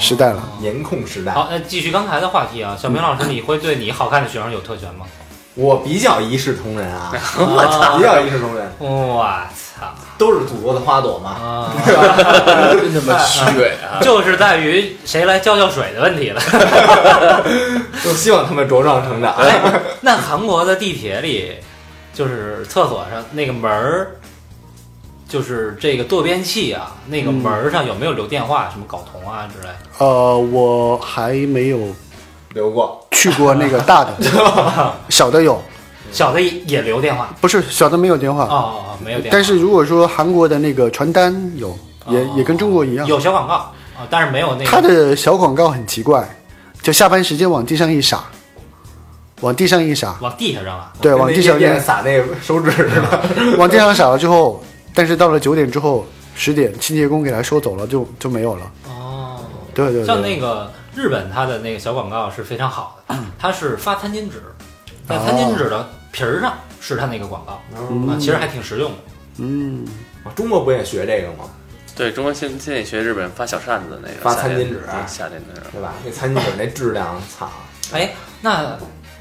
S3: 时代了。
S5: 颜控时代，
S2: 好，那继续刚才的话题啊，小明老师，
S4: 嗯
S2: 你会对你好看的学生有特 权吗？
S5: 我比较一视同仁啊，
S2: 我操
S5: 比较一视同仁，
S2: 我操
S5: 都是祖国的花朵嘛。
S2: 啊！
S6: 真他妈虚伪啊！
S2: 就是在于谁来浇浇水的问题了。
S5: 就希望他们茁壮成长。
S4: 嗯
S2: 哎，那韩国的地铁里，就是厕所上那个门儿，就是这个坐便器啊，那
S3: 嗯
S2: 个门儿上有没有留电话，什么搞同啊之类的？
S3: 呃，我还没有
S5: 留过，
S3: 去过那个大的， 小的有，
S4: 嗯
S2: 小的也留电话
S3: 不是小的没有电
S2: 哦
S3: 话。
S2: 哦，哦没有电话，
S3: 啊但是如果说韩国的那个传单有，也
S2: 哦
S3: 也跟中国一样，
S2: 有小广告啊，哦但是没有那
S3: 它
S2: 个
S3: 的小广告很奇怪，就下班时间往地上一撒，往地上一撒，
S2: 往地下扔啊。
S3: 对，往地上
S5: 跟那夜
S3: 扔
S5: 店，撒那个手指似的。
S3: 往地上撒了之后，但是到了九点之后，十点清洁工给他收走了，就就没有了。
S2: 哦，
S3: 对对
S2: 像
S3: 对，嗯
S2: 那个日本，它的那个小广告是非常好的，它是发餐巾纸，在餐巾纸的皮儿上是它那个广告
S3: 哦
S2: 啊，其实还挺实用的。
S3: 嗯，
S5: 中国不也学这个吗？
S4: 对中国现现在学日本发小扇子那个
S5: 发
S4: 夏天
S5: 餐巾纸啊
S4: 对夏天的时候，
S5: 对吧？那餐巾纸那质量，操！
S2: 哎，那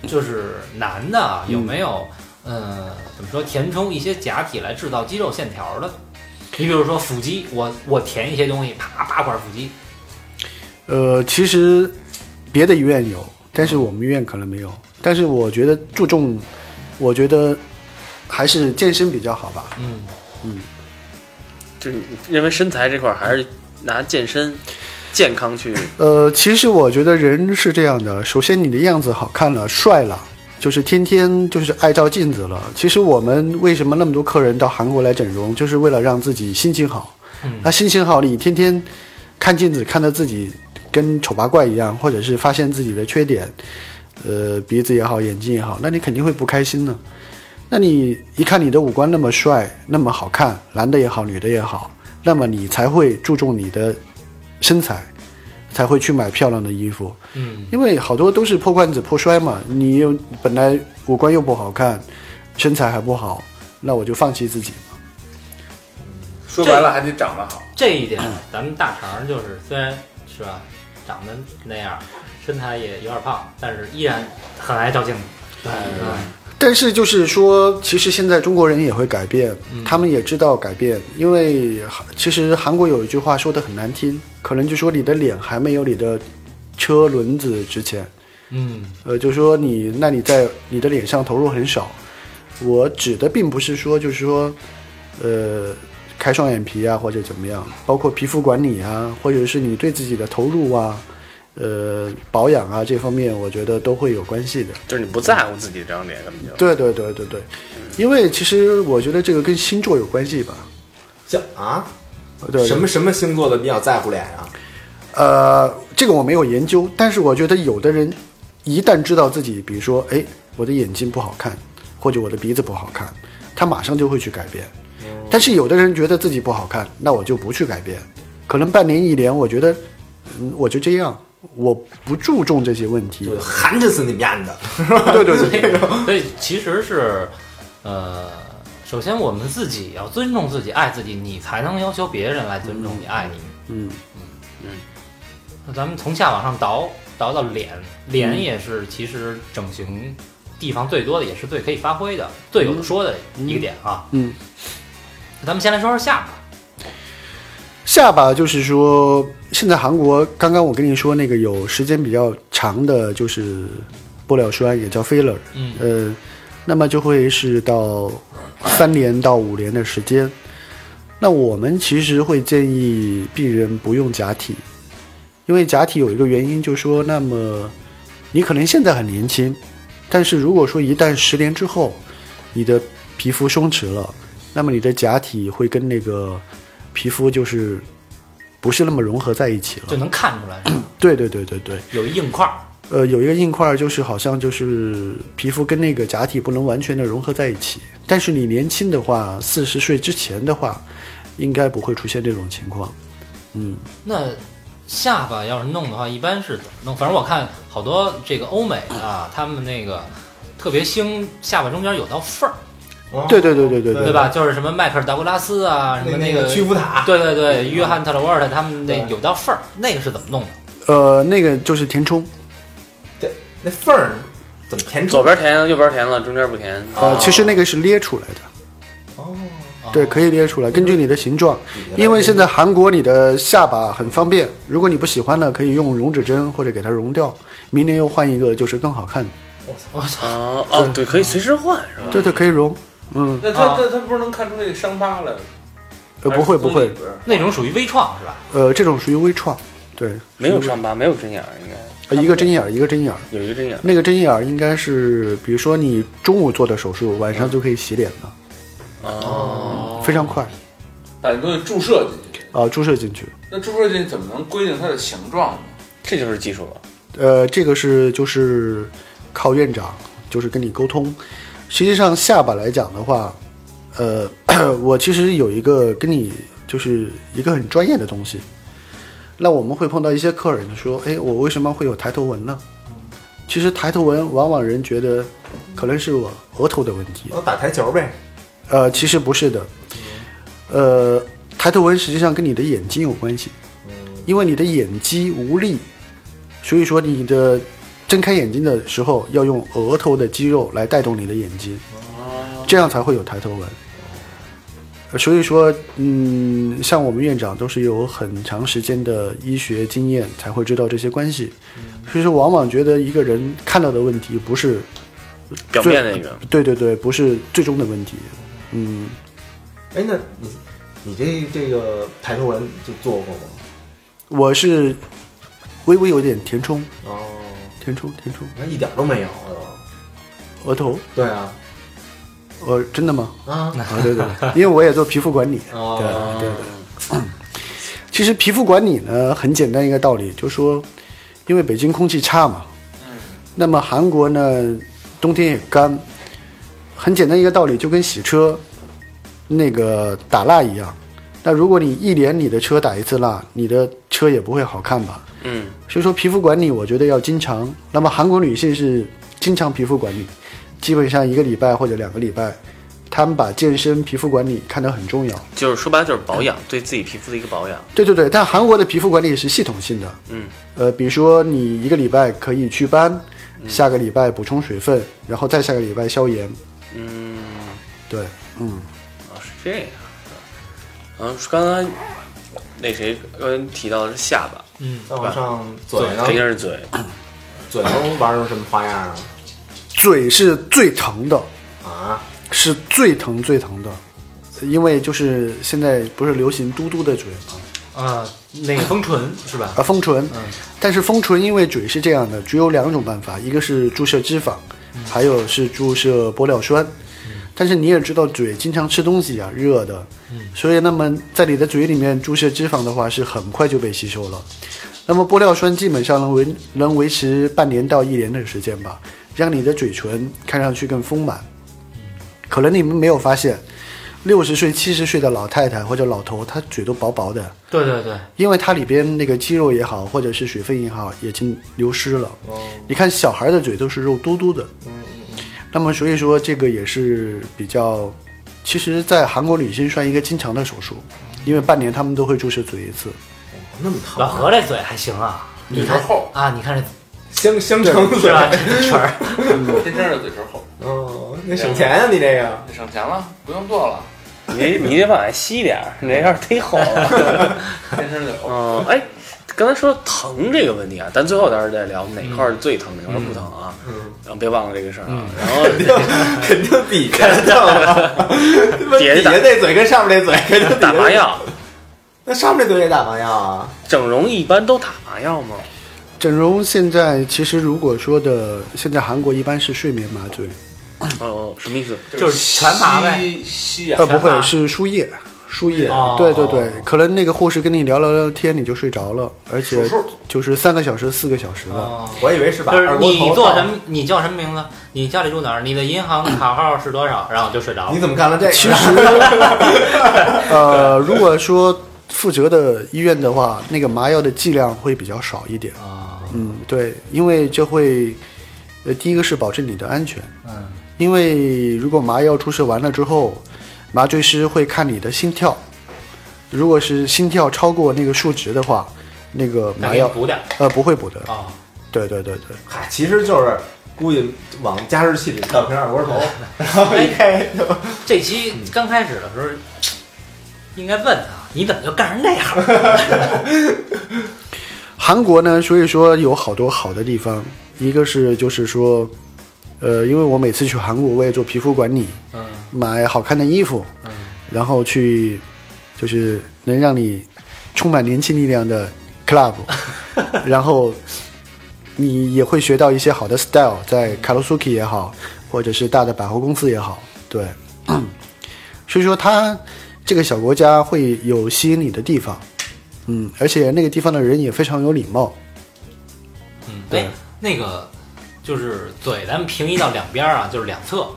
S2: 就是男的啊，
S3: 嗯
S2: 有没有呃怎么说填充一些假体来制造肌肉线条的？你比如说腹肌，我我填一些东西，啪八块腹肌，
S3: 呃，其实别的医院有，但是我们医院可能没有。但是我觉得注重，我觉得还是健身比较好吧。
S2: 嗯，
S4: 就是你认为身材这块儿还是拿健身、健康去
S3: 呃，其实我觉得人是这样的，首先你的样子好看了，帅了。就是天天就是爱照镜子了。其实我们为什么那么多客人到韩国来整容，就是为了让自己心情好。
S2: 嗯
S3: 那心情好，你天天看镜子，看到自己跟丑八怪一样，或者是发现自己的缺点，呃，鼻子也好，眼睛也好，那你肯定会不开心呢。那你一看你的五官那么帅，那么好看，男的也好，女的也好，那么你才会注重你的身材，才会去买漂亮的衣服。
S2: 嗯，
S3: 因为好多都是破罐子破摔嘛，你又本来五官又不好看，身材还不好，那我就放弃自己。
S6: 说白了还得长得好，
S2: 这一点咱们大肠就是虽然是吧，长得那样，身材也有点胖，但是依然很爱照镜子。嗯对对，
S3: 但是就是说，其实现在中国人也会改变，他们也知道改变，因为韩其实韩国有一句话说的很难听，可能就说你的脸还没有你的车轮子值钱，
S2: 嗯，
S3: 呃，就说你那你在你的脸上投入很少。我指的并不是说就是说，呃，开双眼皮啊或者怎么样，包括皮肤管理啊，或者是你对自己的投入啊，呃，保养啊这方面，我觉得都会有关系的。
S4: 就是你不在乎自己这张脸，根本就
S3: 对对对对对，因为其实我觉得这个跟星座有关系吧。
S5: 像啊，
S3: 对对
S5: 什么什么星座的比较在乎脸啊？
S3: 呃，这个我没有研究，但是我觉得有的人一旦知道自己，比如说，哎，我的眼睛不好看，或者我的鼻子不好看，他马上就会去改变。但是有的人觉得自己不好看，那我就不去改变，可能半年一年，我觉得，嗯，我就这样，我不注重这些问题。
S5: 就寒碜死你们家的！
S3: 对对对，
S2: 所以其实是，呃，首先我们自己要尊重自己，爱自己，你才能要求别人来尊重你、爱你。
S3: 嗯，
S2: 那咱们从下往上倒，倒到脸，脸也是其实整形地方最多的，也是最可以发挥的、最有的说的一个点啊。
S3: 嗯，
S2: 那咱们先来说说下巴，
S3: 下巴就是说，现在韩国刚刚我跟你说那个有时间比较长的，就是玻尿酸，也叫 filler，
S2: 嗯
S3: 呃，那么就会是到三年到五年的时间。那我们其实会建议病人不用假体，因为假体有一个原因，就是说，那么你可能现在很年轻，但是如果说一旦十年之后，你的皮肤松弛了，那么你的假体会跟那个皮肤就是不是那么融合在一起了。
S2: 就能看出来是吧
S3: 对对对对对，
S2: 有一硬块儿。
S3: 呃，有一个硬块儿，就是好像就是皮肤跟那个假体不能完全的融合在一起。但是你年轻的话，四十岁之前的话，应该不会出现这种情况。嗯，
S2: 那下巴要是弄的话，一般是怎么弄？反正我看好多这个欧美啊，他们那个特别兴下巴中间有道缝儿，
S3: 对对对对对
S2: 哦对吧？就是什么迈克尔·达格拉斯啊，什么
S5: 啊那
S2: 个
S5: 屈服塔，
S2: 对对对，约翰·特勒沃尔特他们那
S5: 对
S2: 有道缝儿，那个是怎么弄的？
S3: 呃，那个就是填充，
S5: 对，那缝儿怎么填
S4: 左
S5: 充？
S4: 边填，右边填了，中间不填。
S3: 呃，其实那个是捏出来的，
S5: 哦，
S2: 啊
S3: 对，可以捏出来，根据你的形状。因为现在韩国你的下巴很方便，如果你不喜欢呢，可以用溶脂针或者给它溶掉，明年又换一个就是更好看的。
S2: 我操，
S4: 哦哦，对，可以随时换是吧？
S3: 对对，可以溶，嗯，
S6: 那
S2: 啊
S6: 他他他不是能看出那个伤疤来吗？
S3: 呃，不会不会，，
S2: 那种属于微创是吧？
S3: 呃，这种属于微创，对，
S4: 没有伤疤，没有针眼儿，应该
S3: 呃一个针眼儿一个针眼儿。
S4: 有一个针眼儿。
S3: 那个针眼儿应该是，比如说你中午做的手术，晚上就可以洗脸了，
S4: 哦，
S3: 非常快
S6: 把那东西注射进去。
S3: 啊、注射进去。
S6: 那注射进去怎么能规定它的形状呢？
S4: 这就是技术了。
S3: 呃，这个是就是靠院长，就是跟你沟通。实际上下巴来讲的话，呃， 我其实有一个跟你就是一个很专业的东西。那我们会碰到一些客人说，哎，我为什么会有抬头纹呢？其实抬头纹往往人觉得可能是我额头的问题，
S5: 我打台球呗，
S3: 呃，其实不是的，呃，抬头纹实际上跟你的眼睛有关系，因为你的眼肌无力，所以说你的睁开眼睛的时候要用额头的肌肉来带动你的眼睛，这样才会有抬头纹。呃所以说，嗯，像我们院长都是有很长时间的医学经验才会知道这些关系，所以说往往觉得一个人看到的问题不是
S4: 表面那个
S3: 对对对，不是最终的问题，嗯。
S5: 哎，那你你这这个抬头纹就做过吗？
S3: 我是微微有点填充，
S5: 哦，
S3: 填充，填充
S5: 那一点都没有，是吧
S3: 额头，
S5: 对啊，
S3: 呃，真的吗？
S5: 啊，
S3: 啊，对对，对因为我也做皮肤管理。
S5: 哦，
S3: 对对。其实皮肤管理呢，很简单一个道理，就说，因为北京空气差嘛，那么韩国呢，冬天也干，很简单一个道理，就跟洗车那个打蜡一样。那如果你一年你的车打一次蜡，你的车也不会好看吧？
S4: 嗯，
S3: 所以说皮肤管理，我觉得要经常。那么韩国女性是经常皮肤管理，基本上一个礼拜或者两个礼拜，她们把健身、皮肤管理看得很重要。
S4: 就是说白了就是保养，对自己皮肤的一个保养。
S3: 对对对，但韩国的皮肤管理是系统性的，
S4: 嗯，
S3: 呃，比如说你一个礼拜可以祛斑，下个礼拜补充水分，然后再下个礼拜消炎。
S4: 嗯，
S3: 对，嗯，
S4: 哦，是这样。嗯，刚才那谁刚才提到的是下巴，
S2: 嗯，
S5: 再往上嘴呢
S4: 肯？定是嘴。
S5: 嘴能玩出什么花样啊？
S3: 嘴是最疼的，
S5: 啊，
S3: 是最疼最疼的，因为就是现在不是流行嘟嘟的嘴吗？
S2: 啊，那个封唇是吧？嗯
S3: 啊，封唇，但是封唇因为嘴是这样的，只有两种办法，一个是注射脂肪，
S2: 嗯
S3: 还有是注射玻尿酸。但是你也知道，嘴经常吃东西啊，热的，
S2: 嗯
S3: 所以那么在你的嘴里面注射脂肪的话，是很快就被吸收了。那么玻尿酸基本上能维能维持半年到一年的时间吧，让你的嘴唇看上去更丰满。可能你们没有发现，六十岁、七十岁的老太太或者老头，她嘴都薄薄的，
S2: 对对对，
S3: 因为它里边那个肌肉也好，或者是水分也好，已经流失了。你看小孩的嘴都是肉嘟嘟的。那么所以说这个也是比较，其实，在韩国女性算一个经常的手术，因为半年他们都会注射嘴一次。
S5: 那么
S2: 老
S5: 疼，
S2: 何这嘴还行啊
S6: 嘴唇厚，
S2: 啊！你看这
S5: 香香橙
S2: 是
S5: 嘴，
S2: 吧？这圈儿，
S6: 天生的嘴唇厚，
S5: 哦，那省钱啊，你这个
S6: 那省钱了，不用做了，
S4: 你你得往外吸点儿，你这要是忒厚了。
S6: 天生就厚。
S4: 嗯，哎，刚才说疼这个问题啊，咱最后到时候再聊哪块儿最疼，哪块儿不疼啊？
S5: 嗯，
S4: 然后别忘了这个事儿
S6: 嗯
S4: 啊。然后
S5: 肯定底下疼啊，他妈
S4: 底
S5: 底
S4: 下
S5: 下那嘴跟上面那嘴肯定
S4: 打麻
S5: 药，
S4: 药，
S5: 那上面这队也打麻药啊？
S4: 整容一般都打麻药吗？
S3: 整容现在其实如果说的，现在韩国一般是睡眠麻醉，
S4: 哦，什么意思？
S2: 就是全麻呗，
S6: 吸吸氧
S3: 呃，不
S2: 全麻
S3: 会是输液，输液
S2: 哦，
S3: 对对对，可能那个护士跟你聊聊聊天你就睡着了，而且就是三个小时、四个小时的，
S2: 哦
S5: 我以为是把
S2: 就是
S5: 二锅头
S2: 你做
S5: 倒
S2: 什？么，你叫什么名字，你家里住哪儿，你的银行卡号是多少，然后我就睡着
S5: 你
S2: 了。
S5: 怎么干了这个？
S3: 其实，呃，如果说负责的医院的话，那个麻药的剂量会比较少一点。
S2: 啊，
S3: 嗯，对，因为这会，呃，第一个是保证你的安全，
S2: 嗯，
S3: 因为如果麻药注射完了之后，麻醉师会看你的心跳，如果是心跳超过那个数值的话，那个
S2: 赶
S3: 麻
S2: 紧
S3: 药
S2: 补点儿
S3: 呃不会补的。
S2: 啊，
S3: 对对对对，
S5: 嗨，其实就是估计往加湿器里倒瓶二锅头，然后一开就
S2: 这期刚开始的时候，应该问他，你怎么就干成那样？
S3: 韩国呢，所以说有好多好的地方，一个是就是说，呃，因为我每次去韩国，我也做皮肤管理，
S2: 嗯
S3: 买好看的衣服，
S2: 嗯
S3: 然后去就是能让你充满年轻力量的 club，然后你也会学到一些好的 style，在 Karosuki 也好，或者是大的百货公司也好，对，所以说它这个小国家会有吸引你的地方，嗯，而且那个地方的人也非常有礼貌，
S2: 嗯，
S3: 对
S2: 对，那个就是嘴，咱们平移到两边儿啊，就是两侧。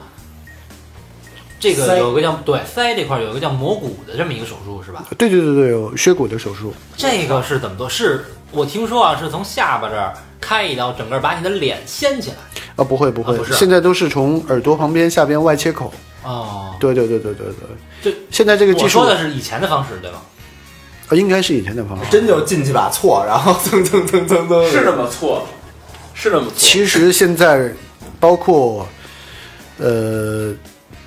S2: 这
S5: 腮
S2: 个有个叫对腮这块儿有一个叫磨骨的这么一个手术是吧？
S3: 对对对对，有削骨的手术，
S2: 这个是怎么做？是我听说啊，是从下巴这儿开一刀，整个把你的脸掀起来。
S3: 啊，不会不会，
S2: 啊不是
S3: 现在都是从耳朵旁边下边外切口。
S2: 哦，
S3: 对对对对对对
S2: 这，
S3: 现在这个技
S2: 我
S3: 术
S2: 说的是以前的方式对吧？
S3: 呃应该是以前的方式。
S5: 真就进去把错，然后蹭蹭蹭蹭蹭，
S6: 是那么错，是那么错。
S3: 其实现在包括呃，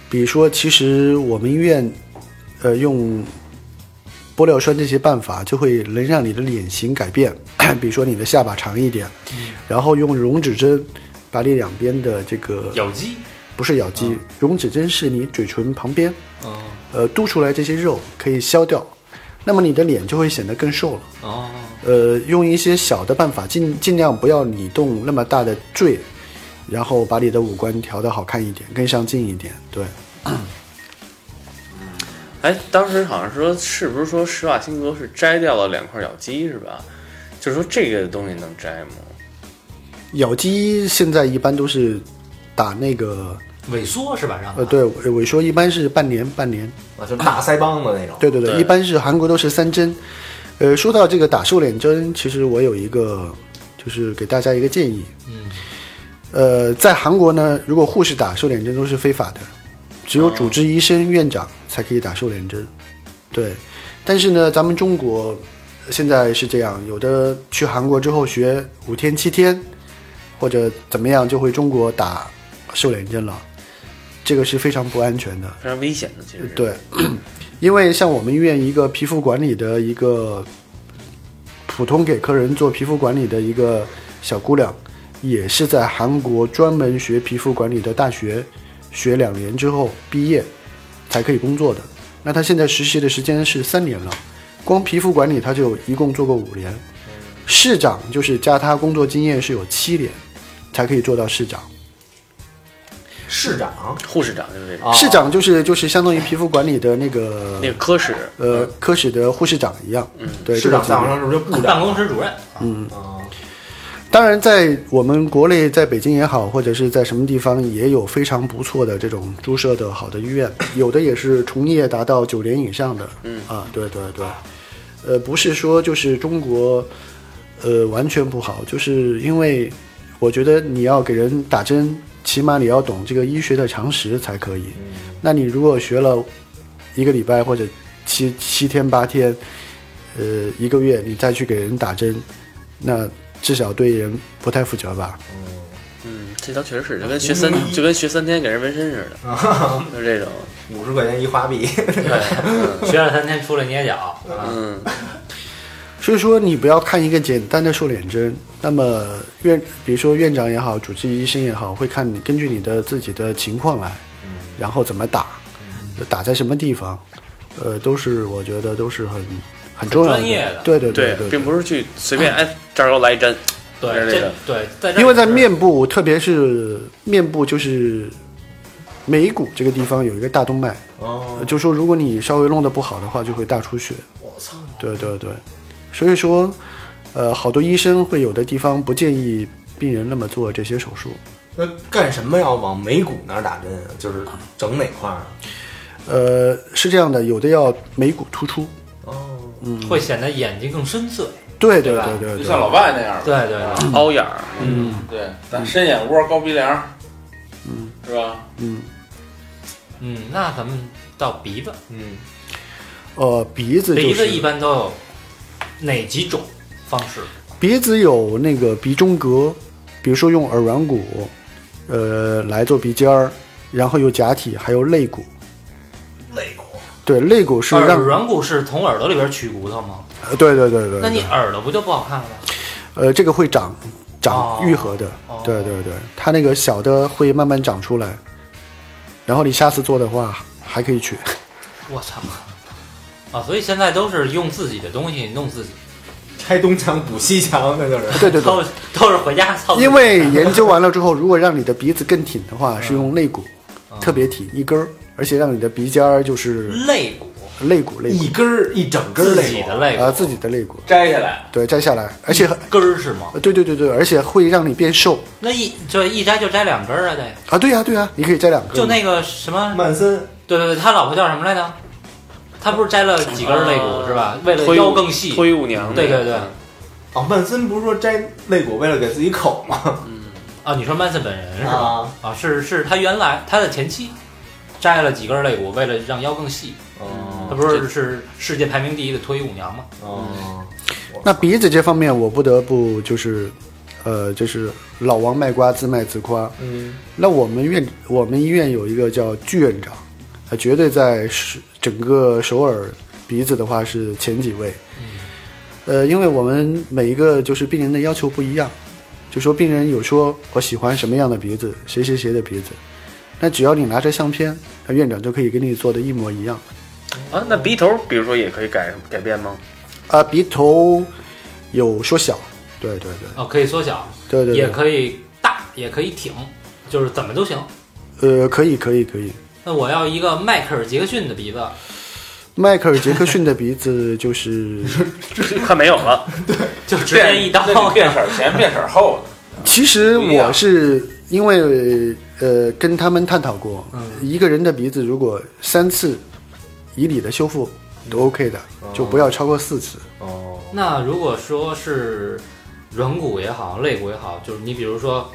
S3: 比如说，其实我们医院呃用玻尿酸这些办法，就会能让你的脸型改变， 比如说你的下巴长一点，
S2: 嗯
S3: 然后用溶脂针把你两边的这个
S2: 咬肌。
S3: 不是咬肌，溶脂针是你嘴唇旁边
S2: 哦
S3: 呃嘟出来这些肉可以消掉，那么你的脸就会显得更瘦了。
S2: 哦，
S3: 呃，用一些小的办法，尽尽量不要你动那么大的赘，然后把你的五官调得好看一点，更上镜一点。对，
S4: 哎，当时好像说是不是说施瓦辛格是摘掉了两块咬肌是吧？就是说这个东西能摘吗？
S3: 咬肌现在一般都是打那个
S2: 萎缩是吧？让它
S3: 呃，对萎萎缩，一般是半年半年。
S5: 啊，就大腮帮子那种。
S3: 对对对，
S4: 对
S3: 一般是韩国都是三针。呃，说到这个打瘦脸针，其实我有一个就是给大家一个建议。
S2: 嗯，
S3: 呃，在韩国呢，如果护士打瘦脸针都是非法的，只有主治医生、院长才可以打瘦脸针。对，但是呢，咱们中国现在是这样，有的去韩国之后学五天、七天，或者怎么样，就回中国打瘦脸针了，这个是非常不安全的。
S4: 非常危险的，其实。
S3: 对， 因为像我们医院一个皮肤管理的一个普通给客人做皮肤管理的一个小姑娘，也是在韩国专门学皮肤管理的大学学两年之后毕业才可以工作的。那她现在实习的时间是三年了，光皮肤管理她就一共做过五年，市长就是加她工作经验是有七年，才可以做到市长。
S5: 市长
S4: 护士长就是这种，
S5: 啊
S3: 市长就是就是相当于皮肤管理的那个
S4: 那个科室，
S3: 呃，科室的护士长一样，
S4: 嗯
S3: 对，
S5: 市
S3: 这个
S5: 长
S3: 级
S5: 再往
S3: 别
S5: 上是不是就部长？
S2: 办公室主任
S3: 嗯
S5: 啊，
S3: 当然，在我们国内，在北京也好，或者是在什么地方，也有非常不错的这种注射的好的医院，有的也是从业达到九年以上的，
S4: 嗯
S3: 啊，对对对，呃，不是说就是中国，呃，完全不好，就是因为我觉得你要给人打针，起码你要懂这个医学的常识才可以。那你如果学了一个礼拜或者七七天八天，呃，一个月，你再去给人打针，那至少对人不太负责吧？
S4: 嗯，这倒确实是，就跟学三
S2: 嗯
S4: 就跟学三天给人纹身似
S2: 啊
S4: 的，就这 种。
S5: 五十块钱一花臂，
S2: 学了三天出来捏脚啊，
S4: 嗯，
S3: 所以说，你不要看一个简单的瘦脸针，那么院，比如说院长也好，主治医生也好，会看你根据你的自己的情况来，然后怎么打，打在什么地方，呃，都是我觉得都是很很重要的
S2: 专业的
S3: 对对
S4: 对，
S3: 对
S4: 并不是去随便哎这儿给我来一针，
S2: 对
S4: 这是这
S2: 这
S4: 个
S2: 对，在这
S3: 因为
S2: 里
S3: 在
S2: 是
S3: 面部，特别是面部就是眉骨这个地方有一个大动脉，
S5: 哦，
S3: 就说如果你稍微弄得不好的话，就会大出血。
S5: 我操，
S3: 对对对，所以说，呃，好多医生会有的地方不建议病人那么做这些手术。
S5: 那干什么要往眉骨那儿打针啊？就是整哪块儿啊？
S3: 呃，是这样的，有的要眉骨突出。
S5: 哦，
S2: 会显得眼睛更深邃。
S3: 对对
S2: 对吧
S3: 对对
S6: 就
S3: 对
S6: 像老外那样吧。
S2: 对对对，
S4: 凹眼儿，嗯
S6: 对，
S3: 嗯
S6: 咱深眼窝、高鼻梁，嗯，是吧？
S2: 嗯，那咱们到鼻子，
S5: 嗯，
S3: 呃，鼻子就
S2: 鼻子一
S3: 是
S2: 般都有哪几种方式？
S3: 鼻子有那个鼻中隔，比如说用耳软骨，呃，来做鼻尖儿，然后有假体，还有肋骨。
S5: 肋骨，
S3: 对，肋骨是
S2: 耳
S3: 让
S2: 软骨是从耳朵里边取骨头吗？
S3: 呃对对对对，
S2: 那你
S3: 对
S2: 耳朵不就不好看了吗？
S3: 呃，这个会长
S2: 哦
S3: 长愈合的，
S2: 哦
S3: 对对对，它那个小的会慢慢长出来，然后你下次做的话还可以取，
S2: 我操！啊，所以现在都是用自己的东西弄自己，
S5: 拆东墙补西墙，啊那就是
S3: 对对对，
S2: 都是都是回家操自己。
S3: 因为研究完了之后，如果让你的鼻子更挺的话，是用肋骨，
S2: 嗯
S3: 特别挺一根儿，而且让你的鼻尖儿就是
S2: 肋骨，
S3: 肋骨肋骨
S5: 一根儿一整根儿
S2: 自
S5: 肋
S2: 己
S5: 骨
S2: 的肋骨，
S3: 啊自己的肋骨，
S6: 摘下来，
S3: 对，摘下来，而且很
S2: 根儿是吗？
S3: 对对对对，而且会让你变瘦
S2: 那一就一摘就摘两根儿啊，得
S3: 啊，对呀、对呀、你可以摘两根，
S2: 就那个什么，
S5: 啊曼森
S2: 对对对，他老婆叫什么来着？他不是摘了几根儿肋骨是吧？为了
S4: 推
S2: 腰
S4: 舞
S2: 更细。
S4: 推舞娘，嗯
S2: 对对对，
S5: 啊，曼森不是说摘肋骨为了给自己口吗？
S2: 啊，你说曼森本人是吧？
S5: 啊，
S2: 啊，是是他原来他的前妻摘了几根儿肋骨，为了让腰更细。他
S5: 哦，
S2: 不是是世界排名第一的脱衣舞娘吗？
S5: 哦，
S3: 那鼻子这方面，我不得不就是，呃，就是老王卖瓜，自卖自夸。
S5: 嗯，
S3: 那我们院，我们医院有一个叫巨院长，他绝对在是整个首尔鼻子的话是前几位。呃，因为我们每一个就是病人的要求不一样，就说病人有说我喜欢什么样的鼻子，谁谁谁的鼻子，那只要你拿着相片，那院长就可以给你做的一模一样。
S4: 啊，那鼻头比如说也可以改改变吗？
S3: 啊，鼻头有缩小，对对对
S2: 哦，可以缩小，
S3: 对对对，
S2: 也可以大，也可以挺，就是怎么都行。
S3: 呃，可以，可以，可以。
S2: 那我要一个迈克尔·杰克逊的鼻子，
S3: 迈克尔·杰克逊的鼻子就是，
S4: 快没有 了，
S2: 就直接一刀
S6: 那就变色儿前变色儿后的，
S3: 其实
S6: 不一样
S3: 我是因为呃跟他们探讨过，
S6: 嗯
S3: 一个人的鼻子如果三次以里的修复都 OK 的，
S6: 哦
S3: 就不要超过四次。
S5: 哦，
S2: 那如果说是软骨也好，肋骨也好，就是你比如说，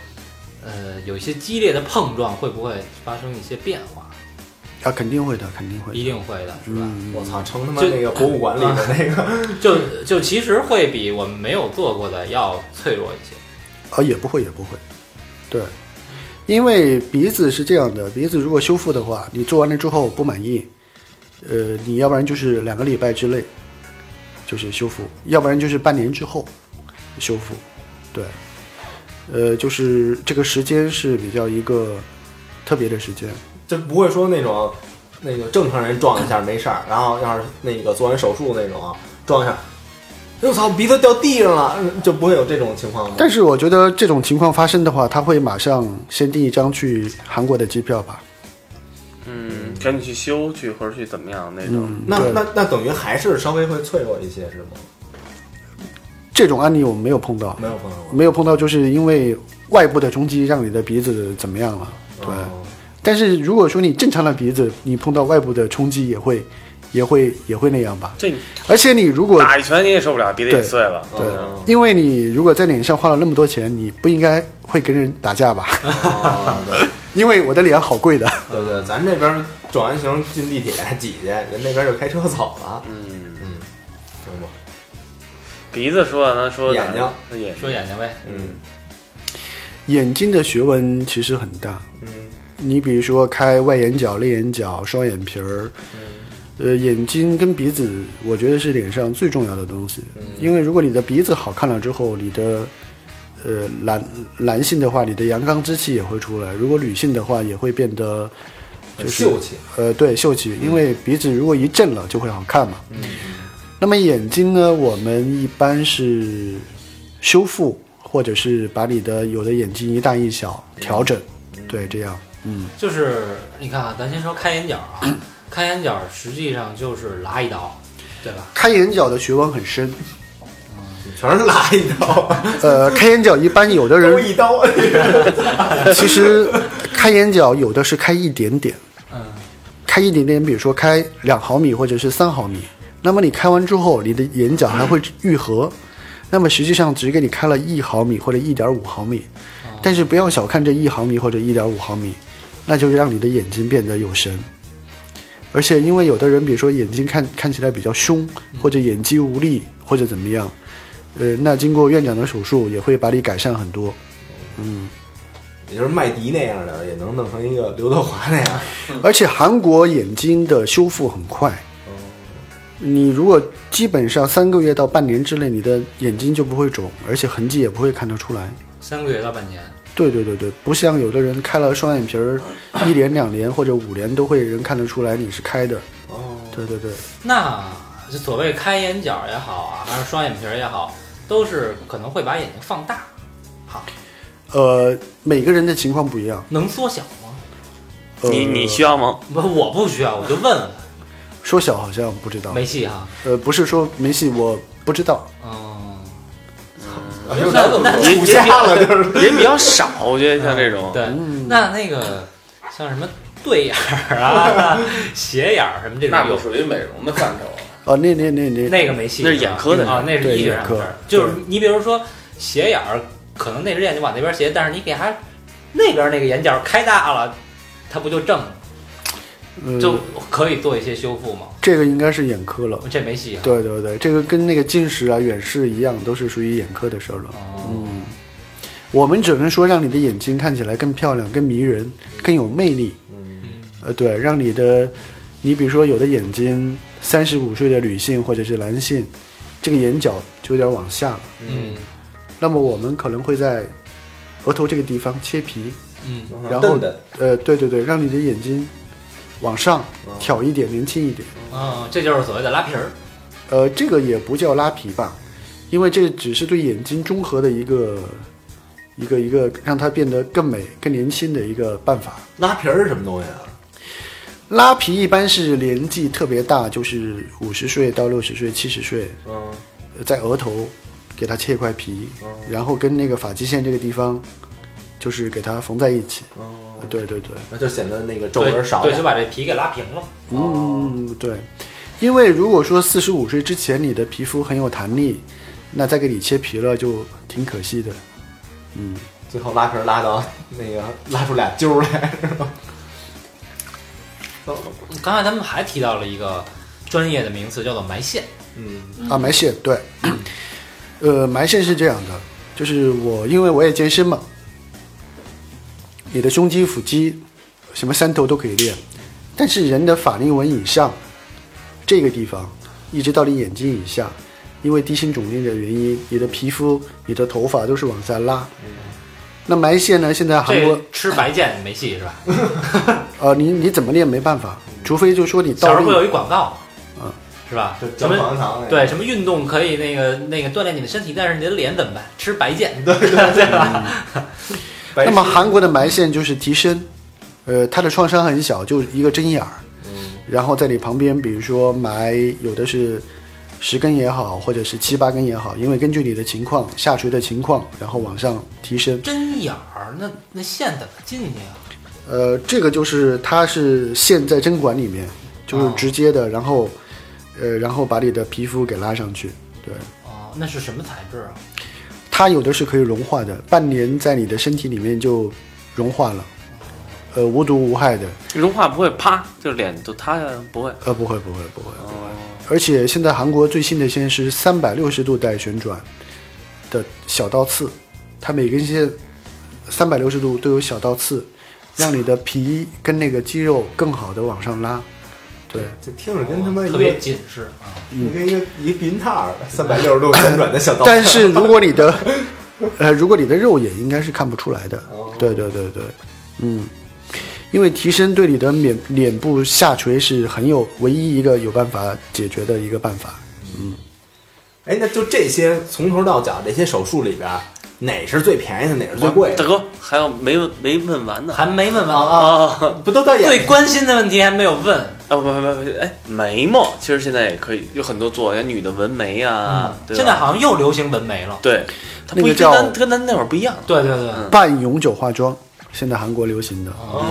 S2: 呃，有一些激烈的碰撞，会不会发生一些变化？
S3: 啊，肯定会的，肯定会
S2: 一
S3: 的。
S2: 定会的，是吧？
S3: 嗯，
S5: 我操，成他妈
S2: 就
S5: 那个博物馆里的那个，
S2: 就就其实会比我们没有做过的要脆弱一些。
S3: 啊，也不会，也不会。对，因为鼻子是这样的，鼻子如果修复的话，你做完了之后不满意，呃，你要不然就是两个礼拜之内就是修复，要不然就是半年之后修复。对，呃，就是这个时间是比较一个特别的时间。
S5: 就不会说那种那个正常人撞一下没事儿，然后要是那个做完手术那种撞一下，哎我操，鼻子掉地上了，嗯就不会有这种情况吗？
S3: 但是我觉得这种情况发生的话，他会马上先订一张去韩国的机票吧。
S4: 嗯，赶紧去修去或者去怎么样那种，
S3: 嗯，
S5: 那
S3: 对
S5: 那那等于还是稍微会脆弱一些是吗？
S3: 这种案例我们没有碰到。
S5: 没有朋友过，
S3: 没有碰到，就是因为外部的冲击让你的鼻子怎么样了。对，
S5: 哦
S3: 但是如果说你正常的鼻子，你碰到外部的冲击也会，也会也会那样吧。
S4: 这
S3: 而且你如果
S4: 打一哎拳你也受不了，鼻子也碎了，
S3: 对
S5: 哦，
S3: 因为你如果在脸上花了那么多钱，你不应该会跟人打架吧？
S5: 哦对
S3: 因为我的脸好贵的。
S5: 对对，咱这边撞完型进地铁挤去，人那边就开车走了，
S4: 嗯，
S5: 对吗？
S4: 鼻子说完了说
S5: 眼睛
S4: 那眼睛
S2: 说眼睛呗，
S5: 嗯
S3: 眼睛的学问其实很大，
S5: 嗯
S3: 你比如说开外眼角、内眼角、双眼皮儿，
S5: 嗯
S3: 呃，眼睛跟鼻子，我觉得是脸上最重要的东西。
S5: 嗯
S3: 因为如果你的鼻子好看了之后，你的呃男男性的话，你的阳刚之气也会出来；如果女性的话，也会变得就是
S5: 很秀气，
S3: 呃，对，秀气。因为鼻子如果一正了，就会好看嘛。那么眼睛呢，我们一般是修复，或者是把你的有的眼睛一大一小调整，对，这样，嗯，
S2: 就是你看啊，咱先说开眼角 啊，开眼角实际上就是拉一刀，对吧？
S3: 开眼角的血管很深，
S5: 全是拉一刀，
S3: 呃，开眼角一般有的
S5: 都
S3: 人
S5: 一刀。
S3: 其实开眼角有的是开一点点，
S2: 嗯，
S3: 开一点点，比如说开两毫米或者是三毫米。那么你开完之后，你的眼角还会愈合，那么实际上只给你开了一毫米或者一点五毫米，但是不要小看这一毫米或者一点五毫米，那就是让你的眼睛变得有神。而且因为有的人，比如说眼睛看看起来比较凶，或者眼肌无力，或者怎么样，呃，那经过院长的手术也会把你改善很多。
S5: 也就是麦迪那样的，也能弄成一个刘德华那样的。
S3: 而且韩国眼睛的修复很快，你如果基本上三个月到半年之内，你的眼睛就不会肿，而且痕迹也不会看得出来。
S2: 三个月到半年，
S3: 对对对对，不像有的人开了双眼皮儿，一年两年或者五年都会人看得出来你是开的。
S5: 哦，
S3: 对对对，
S2: 那就所谓开眼角也好啊，还是双眼皮儿也好，都是可能会把眼睛放大，好，
S3: 呃，每个人的情况不一样。
S2: 能缩小吗？
S3: 呃、
S4: 你你需要吗？
S2: 不，我不需要，我就问问，
S3: 缩小好像不知道，
S2: 没戏哈。
S3: 呃，不是说没戏，我不知道。
S4: 哦
S2: 嗯，
S5: 又咱怎么
S4: 也
S5: 土
S4: 也
S5: 下了？就是
S4: 比也比较少，我觉得像这种，
S2: 对，那那个像什么对眼儿啊、斜眼儿什么这
S6: 那
S2: 种
S6: 不
S2: 有
S6: 属于美容的范畴啊。
S3: 哦、那那那那
S2: 那个没戏吧，
S4: 那是眼科的
S2: 啊，那是
S3: 对
S2: 医学上
S3: 眼
S2: 的
S3: 科
S2: 事儿。就是你比如说斜眼儿，可能那只眼睛往那边斜，但是你给它那边那个眼角开大了，它不就正了
S3: 嗯、
S2: 就可以做一些修复吗？
S3: 这个应该是眼科了。
S2: 这没戏啊。
S3: 对对对，这个跟那个近视啊、远视一样，都是属于眼科的事儿了。
S2: 哦，
S3: 我们只能说让你的眼睛看起来更漂亮、更迷人、更有魅力。呃，对，让你的，你比如说有的眼睛，三十五岁的女性或者是男性，这个眼角就有点往下了。
S2: 嗯
S3: 那么我们可能会在额头这个地方切皮，
S2: 嗯，
S3: 然后
S5: 瞪的
S3: 呃，对对对，让你的眼睛往上挑一点，年轻一点。
S2: 哦，这就是所谓的拉皮儿。
S3: 呃，这个也不叫拉皮吧，因为这只是对眼睛中和的一个一个一个让它变得更美、更年轻的一个办法。
S5: 拉皮儿是什么东西啊？
S3: 拉皮一般是年纪特别大，就是五十岁到六十岁、七十岁，
S5: 嗯，
S3: 呃在额头给它切一块皮，然后跟那个发际线这个地方就是给它缝在一起。
S5: 哦，
S3: 对对对，
S5: 那就显得那个皱
S2: 对
S5: 纹少
S2: 嗯对，就
S5: 了。
S2: 把这皮给拉平了。
S3: 嗯，对，因为如果说四十五岁之前你的皮肤很有弹力，那再给你切皮了就挺可惜的。
S5: 最后拉皮儿拉到那个拉出俩揪儿来， 是吧？
S2: 刚才咱们还提到了一个专业的名词，叫做埋线。
S5: 嗯，
S3: 啊，埋线对，呃，埋线是这样的，就是我因为我也健身嘛，你的胸肌、腹肌，什么三头都可以练，但是人的法令纹以上这个地方，一直到你眼睛以下，因为地心肿裂的原因，你的皮肤、你的头发都是往下拉。那埋线呢？现在韩国
S2: 嗯这吃白箭没戏是吧？
S3: 呃，你你怎么练没办法，除非就说你
S2: 小
S3: 倒
S2: 时候会有
S3: 立，
S2: 一广告，
S3: 嗯，
S2: 是吧
S5: 就？
S2: 什
S5: 嚼口
S2: 么
S5: 香糖那个。
S2: 对什么运动可以那个那个锻炼你的身体，但是你的脸怎么办？吃白箭，
S5: 对对对吧？白
S3: 那么
S5: 痴
S3: 韩国的埋线就是提升，呃，它的创伤很小，就一个针眼儿，
S5: 嗯
S3: 然后在你旁边，比如说埋有的是十根也好，或者是七八根也好，因为根据你的情况下垂的情况，然后往上提升。
S2: 针眼儿，那那线怎么进去啊？
S3: 呃，这个就是它是线在针管里面，就是
S2: 哦
S3: 直接的，然后呃，然后把你的皮肤给拉上去。对，
S2: 哦，那是什么材质啊？
S3: 它有的是可以融化的，半年在你的身体里面就融化了，呃，无毒无害的。
S4: 融化不会啪就脸就塌下来，不会。
S3: 呃，不会，不会，不会，不会。而且现在韩国最新的线是三百六十度带旋转的小刀刺，它每根线三百六十度都有小刀刺，让你的皮跟那个肌肉更好的往上拉。对，
S5: 这听着跟他妈一
S2: 哦特
S5: 个
S2: 别紧实啊！
S5: 跟一个一避孕套三百六十度旋转的小刀。
S3: 但是如果你的呃，如果你的肉眼应该是看不出来的
S5: 哦。
S3: 对对对对，嗯，因为提升对你的脸脸部下垂是很有唯一一个有办法解决的一个办法。嗯，
S5: 哎，那就这些从头到脚这些手术里边，哪是最便宜的，哪是最贵
S4: 大
S5: 的？
S4: 哥，还有没问没问完呢？
S2: 还没问完
S4: 啊
S2: 啊，
S4: 啊
S5: 不都到眼
S2: 最关心的问题还没有问。
S4: 不不不不，哎，眉毛其实现在也可以有很多做，像女的纹眉啊，对吧
S2: 现在好像又流行纹眉了。
S4: 对，它
S3: 那个
S4: 不跟
S3: 叫
S4: 咱跟咱那会儿不一样。
S2: 对对对，
S3: 半永久化妆，现在韩国流行的。嗯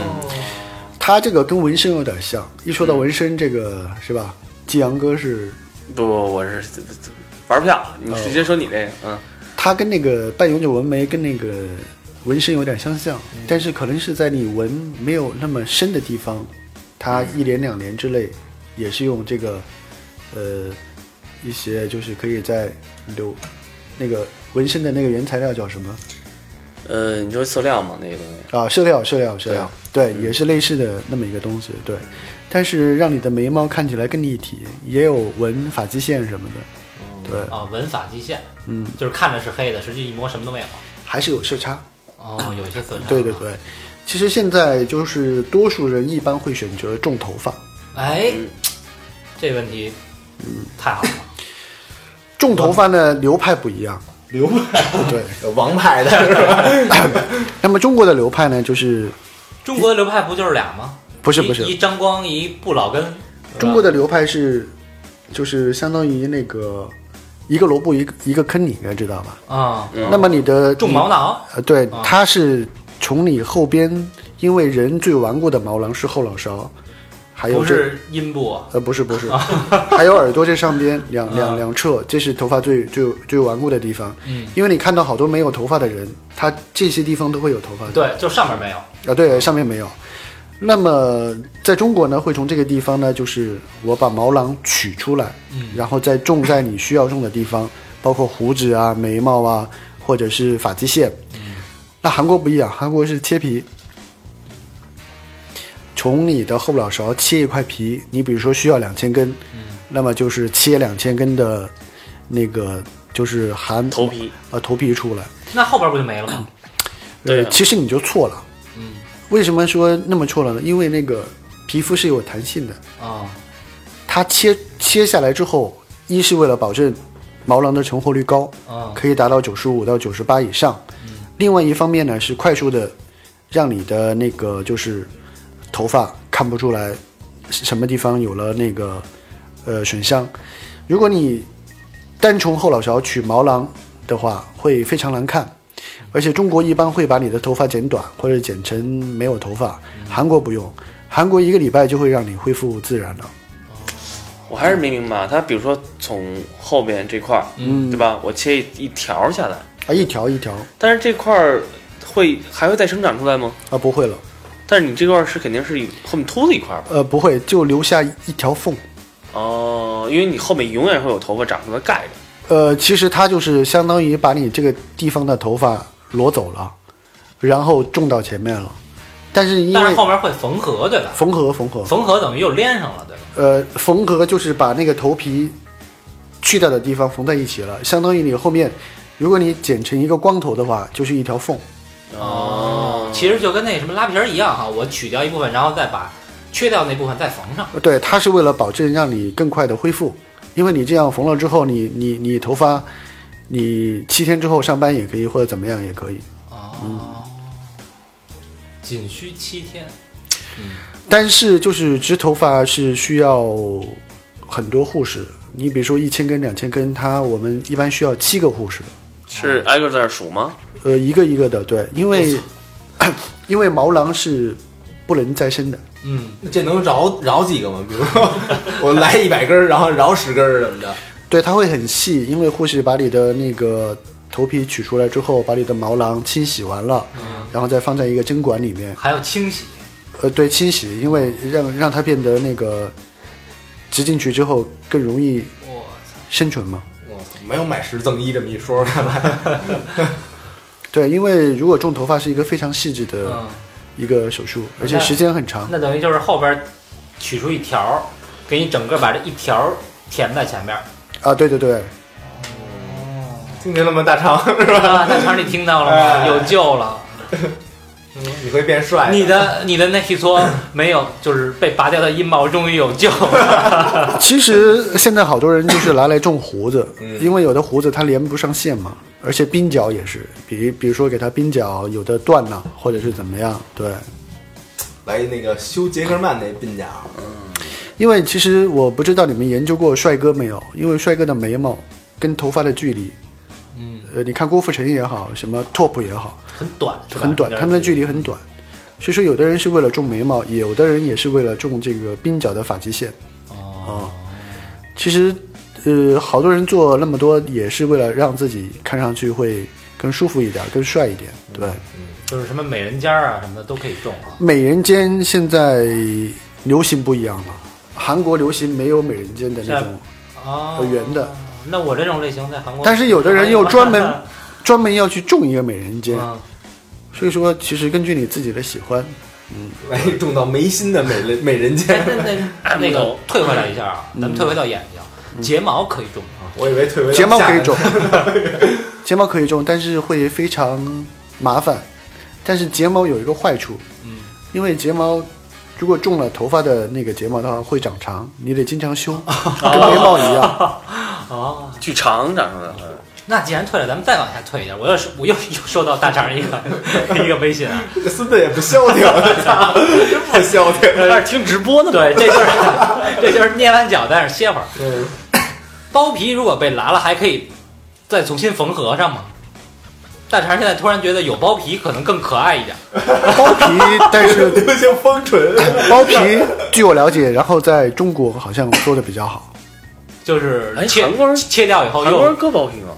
S3: 它这个跟纹身有点像，一说到纹身这个是吧？季阳哥是
S4: 不不，我是玩票，你直接说你这个，嗯，
S3: 它跟那个半永久纹眉跟那个纹身有点相像，但是可能是在你纹没有那么深的地方，它一年两年之内也是用这个呃一些就是可以在留那个纹身的那个原材料叫什么
S4: 呃，你说塑料嘛，那个东西，
S3: 啊？色料，色料，色料，对，也是类似的那么一个东西，对。但是让你的眉毛看起来更立体，也有纹发际线什么的，对，
S2: 啊，纹发际线，
S3: 嗯，
S2: 就是看着是黑的，实际一摸什么都没有。
S3: 还是有色差。
S2: 哦，有一些色差。
S3: 对对。对，其实现在就是多数人一般会选择种头发，
S2: 哎，这问题，太好了。
S3: 种头发呢流派不一样。
S5: 流派
S3: 对，
S5: 王牌的是吧？
S3: 那么中国的流派呢，就是
S2: 中国的流派不就是俩吗？
S3: 不是
S2: 一
S3: 不是
S2: 一张光，一不老根。
S3: 中国的流派是，就是相当于那个一个萝卜一个一个坑，你应该知道吧？
S2: 啊，
S4: 嗯
S3: 那么你的
S2: 种毛，囊。
S3: 呃，对
S2: 啊，
S3: 它是从你后边，因为人最顽固的毛囊是后脑勺，还有
S2: 不
S3: 哎这。
S2: 是阴部，啊
S3: 呃，不是不是，还有耳朵这上边 两两两侧，这是头发最最最顽固的地方。
S2: 嗯，
S3: 因为你看到好多没有头发的人，他这些地方都会有头发。
S2: 对，就上面没有。
S3: 啊，对，上面没有。那么在中国呢，会从这个地方呢，就是我把毛囊取出来，
S2: 嗯
S3: 然后再种在你需要种的地方，包括胡子啊、眉毛啊，或者是发际线。
S4: 嗯
S3: 那韩国不一样，韩国是切皮，从你的后脑勺切一块皮，你比如说需要两千根，
S4: 嗯
S3: 那么就是切两千根的，那个就是含
S4: 头皮，
S3: 呃头皮出来。
S2: 那后边不就没了吗？
S4: 对啊
S3: 呃其实你就错了。
S2: 嗯，
S3: 为什么说那么错了呢？因为那个皮肤是有弹性的，
S2: 啊，
S3: 它切切下来之后，一是为了保证毛囊的成活率高，
S2: 啊，嗯
S3: 可以达到九十五到九十八以上。另外一方面呢，是快速的让你的那个就是头发看不出来什么地方有了那个呃损伤。如果你单从后脑勺取毛囊的话，会非常难看。而且中国一般会把你的头发剪短，或者剪成没有头发。韩国不用，韩国一个礼拜就会让你恢复自然了。
S4: 我还是没明白，它比如说从后边这块儿，
S3: 嗯
S4: 对吧？我切一一条下来，
S3: 啊，一条一条
S4: 但是这块儿会还会再生长出来吗？
S3: 啊，不会了，
S4: 但是你这块儿是肯定是后面秃子一块儿吧？
S3: 呃，不会，就留下一条缝。
S4: 哦，因为你后面永远会有头发长出来盖着。
S3: 呃，其实它就是相当于把你这个地方的头发挪走了，然后种到前面了。但是因
S2: 但
S3: 为
S2: 是后边会缝合，对吧？
S3: 缝合缝合，
S2: 缝合等于又连上了，对吧？
S3: 呃，缝合就是把那个头皮去掉的地方缝在一起了，相当于你后面，如果你剪成一个光头的话，就是一条缝。嗯
S4: 哦
S2: 其实就跟那什么拉皮儿一样哈，我取掉一部分，然后再把缺掉那部分再缝上。
S3: 呃对，它是为了保证让你更快的恢复，因为你这样缝了之后，你你你头发，你七天之后上班也可以，或者怎么样也可以。
S2: 哦，仅需七天。
S3: 但是就是植头发是需要很多护士，你比如说一千根、两千根，它我们一般需要七个护士，
S4: 是挨个在那儿数吗？
S3: 呃，一个一个的，对，因为 因为毛囊是不能再生的，
S2: 嗯，
S5: 这能饶饶几个吗？比如说我来一百根儿，然后饶十根儿什么的，
S3: 对，它会很细，因为护士把你的那个头皮取出来之后，把你的毛囊清洗完了，
S2: 嗯
S3: 然后再放在一个针管里面，
S2: 还要清洗。
S3: 呃，对，清洗，因为让让它变得那个植进去之后更容易
S2: 我
S3: 生存嘛。
S5: 我操，没有买十赠一这么一说，看来
S3: 对，因为如果种头发是一个非常细致的。
S2: 嗯，
S3: 一个手术，而且
S2: 那
S3: 时间很长。
S2: 那等于就是后边取出一条儿，给你整个把这一条儿填在前面 儿。
S3: 啊，对对对，
S5: 听见了吗？大肠是吧？
S2: 啊，大肠你听到了吗？
S5: 哎
S2: 有救了！
S5: 你会变帅的。
S2: 你的你的那一撮没有，就是被拔掉的阴毛终于有救了。
S3: 其实现在好多人就是拿来种胡子，因为有的胡子它连不上线嘛，而且鬓角也是，比比如说给它鬓角有的断了，或者是怎么样，对。
S5: 来那个修杰克曼那鬓角，
S3: 因为其实我不知道你们研究过帅哥没有，因为帅哥的眉毛跟头发的距离，嗯，呃，你看郭富城也好，什么 TOP 也好，
S2: 很短，是吧
S3: 很短，他们的距离很短。所以说，有的人是为了种眉毛，有的人也是为了种这个鬓角的发际线。哦、其实，呃，好多人做那么多也是为了让自己看上去会更舒服一点，更帅一点。对，
S2: 就是什么美人尖儿啊什么的都可以种啊。
S3: 美人尖现在流行不一样了，韩国流行没有美人尖的那种，
S2: 啊
S3: 呃圆的。
S2: 那我这种类型在韩国，
S3: 但是有的人又 专门专门要去种一个美人尖。
S2: 啊，
S3: 所以说，其实根据你自己的喜欢，
S5: 万一种到眉心的美人美人
S2: 哎
S5: 尖，
S2: 那 那那个退回来一下啊，咱
S3: 嗯
S2: 们退回到眼睛，睫毛可以种啊。
S5: 我以为退回到
S3: 睫毛可以
S5: 夏
S3: 种，睫毛可以种，但是会非常麻烦。但是睫毛有一个坏处，
S2: 嗯，
S3: 因为睫毛如果种了头发的那个睫毛的话会长长，你得经 常修，跟眉毛一样。
S2: 哦，
S4: 巨长长出来了。
S2: 那既然退了，咱们再往下退一点。我又是我又又收到大肠一个一个微信啊，
S5: 天这孙子也不消停，我操，真不消停。
S4: 那是听直播呢，
S2: 对，这就是这就是捏完脚在那儿歇会儿。
S5: 嗯，
S2: 包皮如果被拉了，还可以再重新缝合上吗？大肠现在突然觉得有包皮可能更可爱一点。
S3: 包皮，但是
S5: 流行封唇，
S3: 包皮，据我了解，然后在中国好像做的比较好。
S2: 就是
S4: 哎
S2: 切
S4: 韩国人
S2: 切掉以后
S4: 韩国
S2: 又
S4: 人割包皮吗？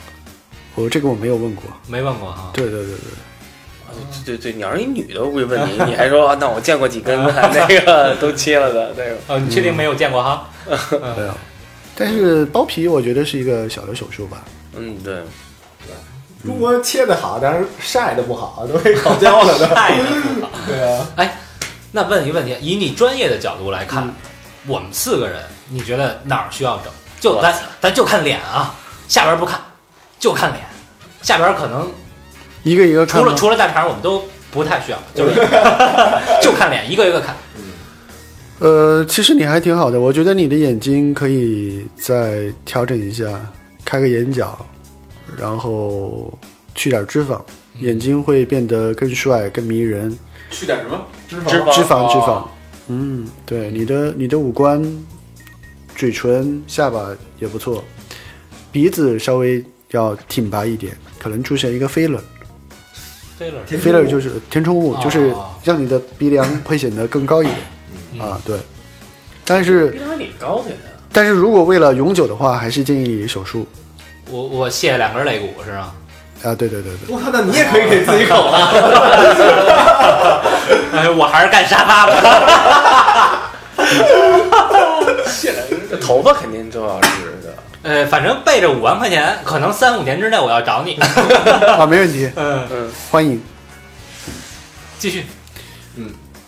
S3: 我这个我没有问过。
S2: 没问过啊。
S3: 对对对对，
S4: 对对对，你要是一女的，我会问你，你还说啊，那我见过几根 还那个都切了的那个。
S2: 呃，你确定没有见过哈？
S3: 没有。但是包皮我觉得是一个小的手术吧。
S4: 嗯，对，
S5: 中国切的好，但是晒的不好，都被烤焦了都。
S2: 太离谱了
S5: 对啊，
S2: 哎，那问一个问题，以你专业的角度来看，
S3: 嗯
S2: 我们四个人，你觉得哪儿需要整？就咱咱就看脸啊，下边不看，就看脸。下边可能
S3: 一个一个看
S2: 除
S3: 吗，
S2: 了除了大肠，我们都不太需要，就是 就看脸，一个一个看。
S3: 呃，其实你还挺好的，我觉得你的眼睛可以再调整一下，开个眼角，然后去点脂肪，眼睛会变得更帅、更迷人。
S6: 去点什么脂肪
S4: 脂肪
S3: 脂肪，脂肪
S6: 哦，
S3: 嗯，对，你的你的五官，嘴唇、下巴也不错，鼻子稍微要挺拔一点，可能出现一个飞轮。
S2: 飞轮
S4: 嗯
S5: 田
S3: 飞
S5: 中
S3: 轮就是填充物，
S2: 哦
S3: 就是
S4: 啊
S3: 让你的鼻梁会显得更高一
S4: 嗯
S3: 点。啊，对，但是。
S4: 鼻梁还挺高的呀。
S3: 但是如果为了永久的话，还是建议手术。
S2: 我我卸两根肋骨是 吧？
S3: 啊，对对对对，
S5: 我操，那你也可以给自己烤啊！
S2: 哎，我还是干沙发吧。
S4: 这头发肯定都要植的，
S2: 呃，反正背着五万块钱，可能三五年之内我要 找你。
S3: 啊，没问题，
S2: 嗯，
S3: 欢迎。
S2: 继续。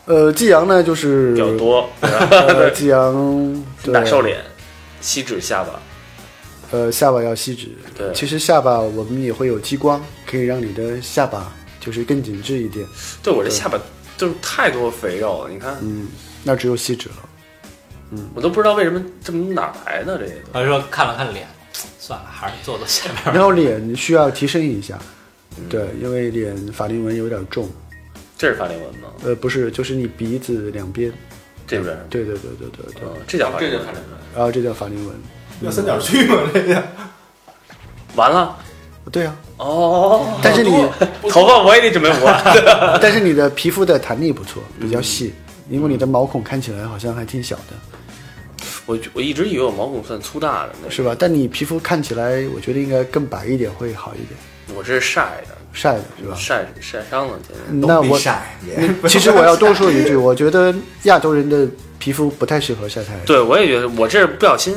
S3: 呃，季阳呢，就是
S4: 比较，多，
S3: 呃，季 阳对
S4: 打瘦脸，吸脂下巴，
S3: 呃，下巴要吸脂。
S4: 对
S3: 其实下巴我们也会有激光，可以让你的下巴就是更紧致一点。
S4: 对我这下巴就是太多肥肉了，你看
S3: 嗯，那只有吸脂 了。
S4: 我都不知道为什么这么哪儿来的这些
S2: 我就说看了看脸，算了，还是做做下边
S3: 然
S2: 儿。
S3: 后脸需要提升一下，
S4: 嗯
S3: 对，因为脸法令纹有点重。
S4: 这是法令纹吗？
S3: 呃，不是，就是你鼻子两边。
S4: 这边是吗？
S3: 对对对对对对。
S4: 嗯，这叫法
S6: 这
S4: 令
S6: 就
S4: 纹
S6: 看。这个。
S3: 然后这叫法令纹。
S5: 要三角区吗？这个
S4: 完了
S3: 对啊，
S4: 哦，
S3: 但是你
S4: 头发我也得 准备五万。
S3: 但是你的皮肤的弹力不错，比较细，因为你的毛孔看起来好像还挺小的，
S4: 我我一直以为我毛孔算粗大的，那
S3: 是吧？但你皮肤看起来，我觉得应该更白一点会好一点，
S4: 我这是晒的，
S3: 晒的是吧？
S4: 晒晒伤了，现在
S3: 那
S5: 都没
S3: 我
S5: 晒，也
S3: 其实我要多说一句，我觉得亚洲人的皮肤不太适合晒太阳，
S4: 对我也觉得我这是不小心，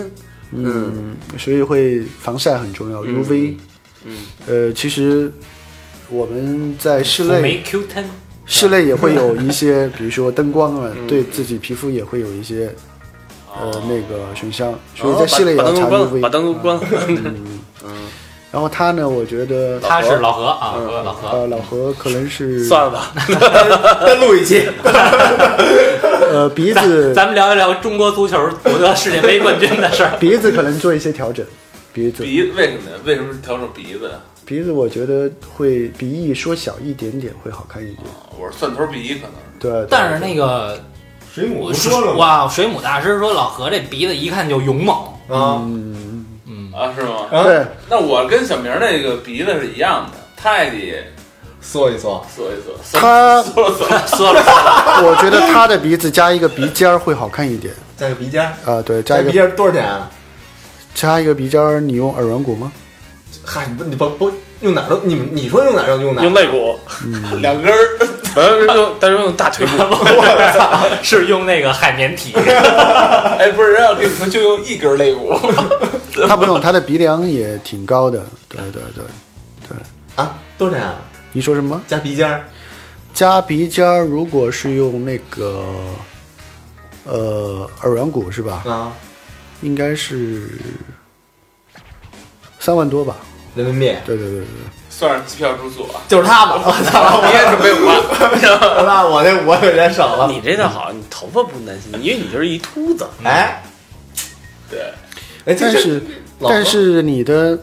S4: 嗯，
S3: 嗯，所以会防晒很重要，UV，
S4: 嗯，
S3: 呃，其实我们在室
S2: 我
S3: 内
S2: 没 Q ten，
S3: 室内也会有一 些，比如说灯光啊，
S4: 嗯
S3: 对自己皮肤也会有一些呃那个损伤，所以在室内也
S4: 哦把
S3: 要
S4: 灯
S3: 擦
S4: 都关了，把
S3: UV。
S4: 灯都关
S3: 嗯
S4: 了。
S3: 然后他呢，我觉得
S2: 他是老何
S3: 嗯
S2: 啊，老何。
S3: 呃老何可能是
S4: 算了吧，
S5: 单录一期，
S3: 呃，鼻子
S2: 咱们聊一聊中国足球夺得世界杯冠军的事儿。
S3: 鼻子可能做一些调整，鼻子
S6: 鼻为什么呢？为什么调整鼻子呀？啊
S3: 鼻子我觉得会鼻翼缩小一点点会好看一点，
S6: 我是蒜头鼻，可能
S3: 对。对
S2: 但是那个
S5: 水母
S2: 我
S5: 不说了吗？
S2: 哇，水母大师说老何这鼻子一看就勇猛，
S5: 啊，
S2: 嗯，
S6: 啊，是吗？
S5: 啊
S3: 对，
S6: 那我跟小明儿那个鼻子是一样的，他也得
S5: 缩一缩，
S6: 缩 一缩，
S3: 他
S6: 缩了缩了。
S2: 缩了缩了，
S3: 我觉得他的鼻子加一个鼻尖儿会好看一点
S5: 加个鼻尖儿，
S3: 啊、对，加
S5: 加
S3: 一个
S5: 鼻尖儿多少钱啊？
S3: 加一个鼻尖儿，你用耳软骨吗？
S5: 嗨，你不你不不用哪儿都，你们你说用哪儿就用哪儿
S4: 用，肋骨，
S3: 嗯
S6: 两 根儿，
S4: 然后用但是用大腿骨，
S2: 是用那个海绵体。
S6: 哎，不是，人家给你说就用一根肋骨，
S3: 他不用，他的鼻梁也挺高的。对对对，
S5: 啊，多少钱啊？
S3: 你说什么？
S5: 加鼻尖儿，
S3: 加鼻尖儿，如果是用那个呃耳软骨是吧？
S5: 啊，
S3: 应该是三万多吧？
S5: 人民币
S3: 对对对对，
S6: 算上机票住宿啊，
S5: 就是他吧？我操，
S6: 你也准 备花。
S5: 那我这我有点少了。
S4: 你这倒好，你头发不担心，因为你就是一 秃子。
S5: 哎
S6: 对，
S5: 哎，这
S3: 但
S5: 这
S3: 是
S5: 老何
S3: 但是你的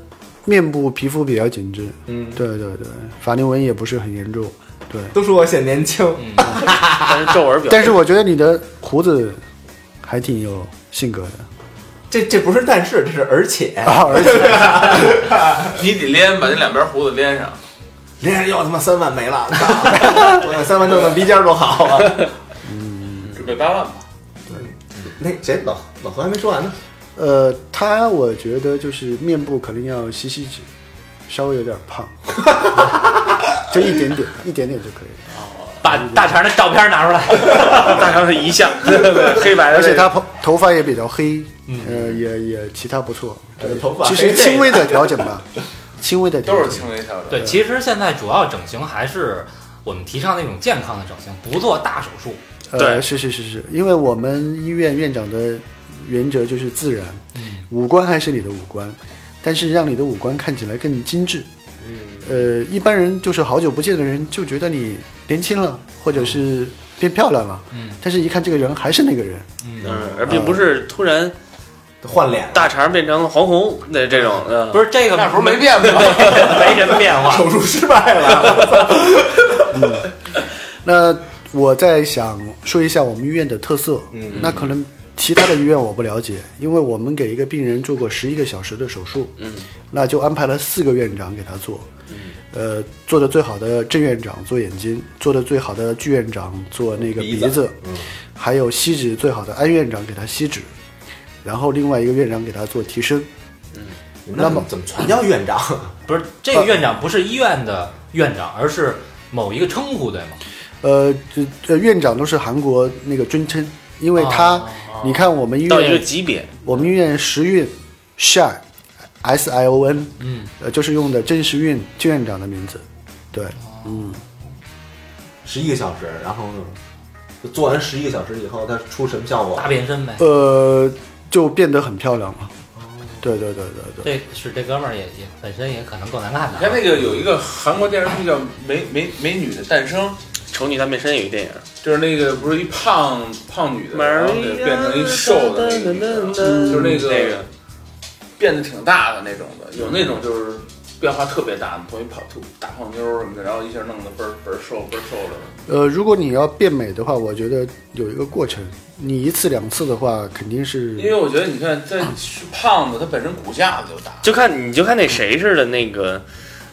S3: 面部皮肤比较紧致，
S5: 嗯，
S3: 对对对，法令纹也不是很严重，对。
S5: 都说我显年轻，
S6: 嗯
S4: 但是皱纹比较，
S3: 但是我觉得你的胡子还挺有性格的
S5: 这这不是但是，这是而且。
S3: 啊，而且
S6: 你得连把这两边胡子连上。
S5: 连着要他妈三万没了，操我有三万挣的鼻尖儿多好啊！
S3: 嗯
S6: 准备八万吧。
S5: 那谁老老何还没说完呢，
S3: 呃，他我觉得就是面部可能要吸吸脂，稍微有点胖，就一点点，一点点就可以了。
S2: 把大肠的照片拿出来，
S4: 大肠是一项，黑白的那个，
S3: 而且他头头发也比较黑，呃，也也其他不错。
S5: 这头发
S3: 其
S5: 黑
S3: 实
S5: 这
S3: 轻微的调整吧，轻微的调
S6: 都是
S3: 整。
S6: 轻微调整。
S2: 对，其实现在主要整形还是我们提倡那种健康的整形，不做大手术。
S3: 呃，
S4: 对
S3: 是是是是，因为我们医院院长的原则就是自然，
S2: 嗯
S3: 五官还是你的五官，但是让你的五官看起来更精致。
S2: 嗯
S3: 呃，一般人就是好久不见的人就觉得你年轻了，或者是变漂亮了，
S2: 哦嗯
S3: 但是一看这个人还是那个人，
S2: 嗯，
S4: 嗯，而并不是突然
S5: 换脸了，
S4: 大肠变成了黄红那这种，嗯，
S2: 不是这个，
S6: 那不是没 变吗？
S2: 没什么变 化。
S5: 手术失败了，
S3: 那我在想说一下我们医院的特色，嗯，那可能其他的医院我不了解，因为我们给一个病人做过十一个小时的手术，嗯，那就安排了四个院长给他做，嗯，呃，做的最好的郑院长做眼睛，做的最好的具院长做那个
S5: 鼻
S3: 鼻
S5: 子
S3: 嗯，还有吸脂最好的安院长给他吸脂，然后另外一个院长给他做提升，
S5: 你们那么怎么全叫院长？
S2: 不是这个院长不是医院的院长，而是某一个称呼，对吗？
S3: 呃，这呃院长都是韩国那个尊称，因为他，
S2: 哦
S3: 你看我们医
S4: 到一个
S3: 院。
S4: 级别，
S3: 我们医院时运 Shine S I O N，
S2: 嗯，
S3: 呃，就是用的郑时运郑院长的名字，对，
S5: 十一个小时，然后呢，就做完十一个小时以后，它出什么效果
S2: 大？变身
S6: 哦
S2: 呗。
S3: 呃，就变得很漂亮了。对对对对对，
S2: 这是这哥们儿也也本身也可能够难看的
S6: 你
S2: 啊。
S6: 看那个有一个韩国电视剧叫《美美美女的诞生》，
S4: 丑女大变身有一电影，
S6: 就是那个不是一胖胖女的，然后给变成一瘦的那个女的，嗯就是那个
S4: 那个
S6: 变得挺大的那种的，有那种就是变化特别大的，从一胖兔大胖妞儿什么的，然后一下弄得倍儿倍儿瘦倍儿瘦的，
S3: 呃，如果你要变美的话，我觉得有一个过程，你一次两次的话，肯定
S6: 因为
S3: 是
S6: 我觉得你看这是胖子，他本身骨架子就大，
S4: 就看你就看那谁似的，那个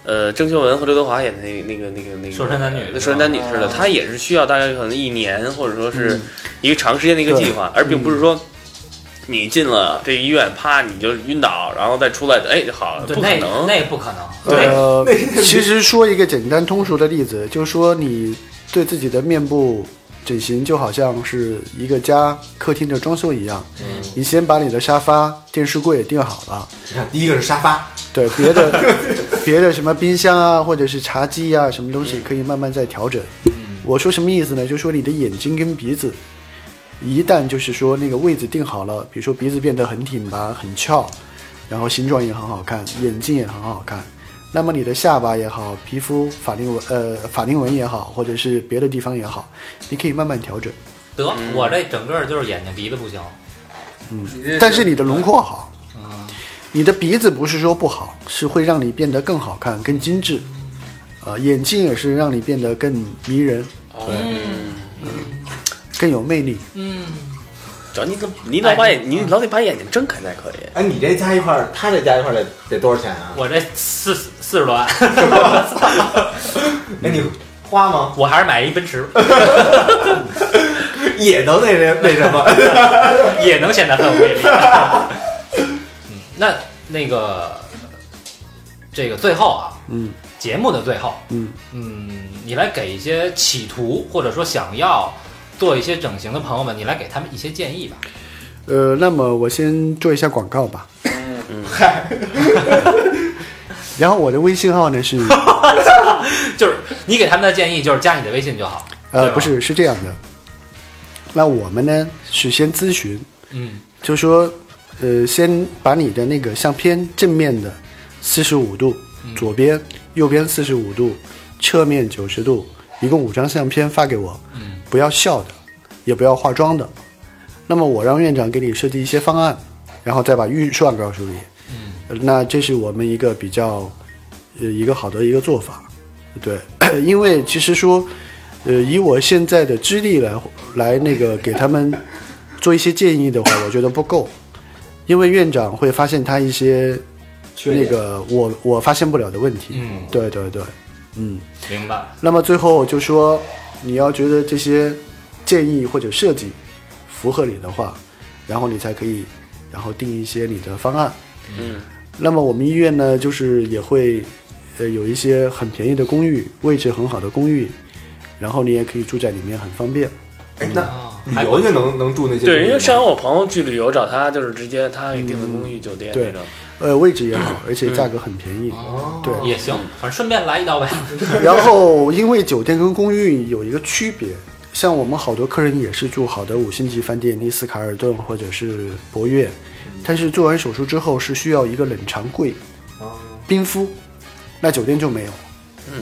S4: 呃，郑秀文和刘德华演的那那个那个那个
S2: 瘦身男女哦
S4: 那瘦身男女似的，
S6: 啊
S4: 他也是需要大概可能一年或者说是
S3: 嗯
S4: 一个长时间的一个计划，而并
S2: 嗯
S4: 不是说。你进了这医院，啪你就晕倒，然后再出来的，哎，好，
S2: 对
S4: 不可
S2: 那
S4: 能。
S2: 那不可能。
S3: 呃
S5: 那那，
S3: 其实说一个简单通俗的例子，就是说你对自己的面部整形就好像是一个家客厅的装修一样，
S6: 嗯
S3: 你先把你的沙发、电视柜定好了。
S5: 你看，第一个是沙发，
S3: 对别的别的什么冰箱啊，或者是茶几啊，什么东西可以慢慢再调整。我说什么意思呢？就说你的眼睛跟鼻子，一旦就是说那个位置定好了，比如说鼻子变得很挺拔、很翘，然后形状也很好看，眼睛也很好看。那么你的下巴也好，皮肤法令纹呃法令纹也好，或者是别的地方也好，你可以慢慢调整。
S2: 得
S4: 嗯
S2: 我这整个就是眼睛鼻子不行，
S3: 但是你啊的轮廓好，你的鼻子不是说不好，是会让你变得更好看、更精致，啊、眼睛也是让你变得更迷人、
S4: 嗯，
S3: 更有魅力。
S4: 主要你怎你老把
S2: 哎
S4: 眼你老得把眼睛睁开才可以。
S5: 哎，你这加一块儿，他这加一块儿得得多少钱啊？
S2: 我这四四十多万，
S6: 嗯
S5: 哎，你花吗？
S2: 我还是买一奔驰，
S5: 也能那什那 什么？
S2: 也能显得很有魅力。 嗯，那那个这个最后啊，
S3: 嗯
S2: 节目的最后，
S3: 嗯
S2: 嗯，你来给一些企图或者说想要做一些整形的朋友们，你来给他们一些建议吧。
S3: 呃，那么我先做一下广告吧。嗯 然后我的微信号呢是，
S2: 就是你给他们的建议就是加你的微信就好。对
S3: 呃，
S2: 吧
S3: 不是，是这样的。那我们呢是先咨询，
S2: 嗯
S3: 就说，呃，先把你的那个相片正面的四十五度，左边、右边四十五度，侧面九十度，一共五张相片发给我，
S2: 嗯
S3: 不要笑的，也不要化妆的。那么我让院长给你设计一些方案，然后再把预算告诉你。呃那这是我们一个比较，呃，一个好的一个做法。对， 因为其实说，呃，以我现在的资历来来那个给他们做一些建议的话，我觉得不够，因为院长会发现他一些那个我我发现不了的问题。
S2: 嗯，
S3: 对对对，嗯。
S2: 明白。
S3: 那么最后就说，你要觉得这些建议或者设计符合你的话，然后你才可以，然后定一些你的方案。
S4: 嗯，
S3: 那么我们医院呢，就是也会，呃，有一些很便宜的公寓，位置很好的公寓，然后你也可以住在里面，很方便。
S5: 哎，那旅游去能能住那些？
S4: 对，因为上回我朋友去旅游找他，就是直接他给订的公寓酒店那种。
S3: 呃，位置也好，而且价格很便宜。
S5: 哦，
S3: 对
S2: 也行，反正顺便来一刀呗。
S3: 然后，因为酒店跟公寓有一个区别，像我们好多客人也是住好的五星级饭店，丽思卡尔顿或者是博悦，但是做完手术之后是需要一个冷藏柜，
S4: 哦
S3: 冰敷，那酒店就没有，
S4: 嗯，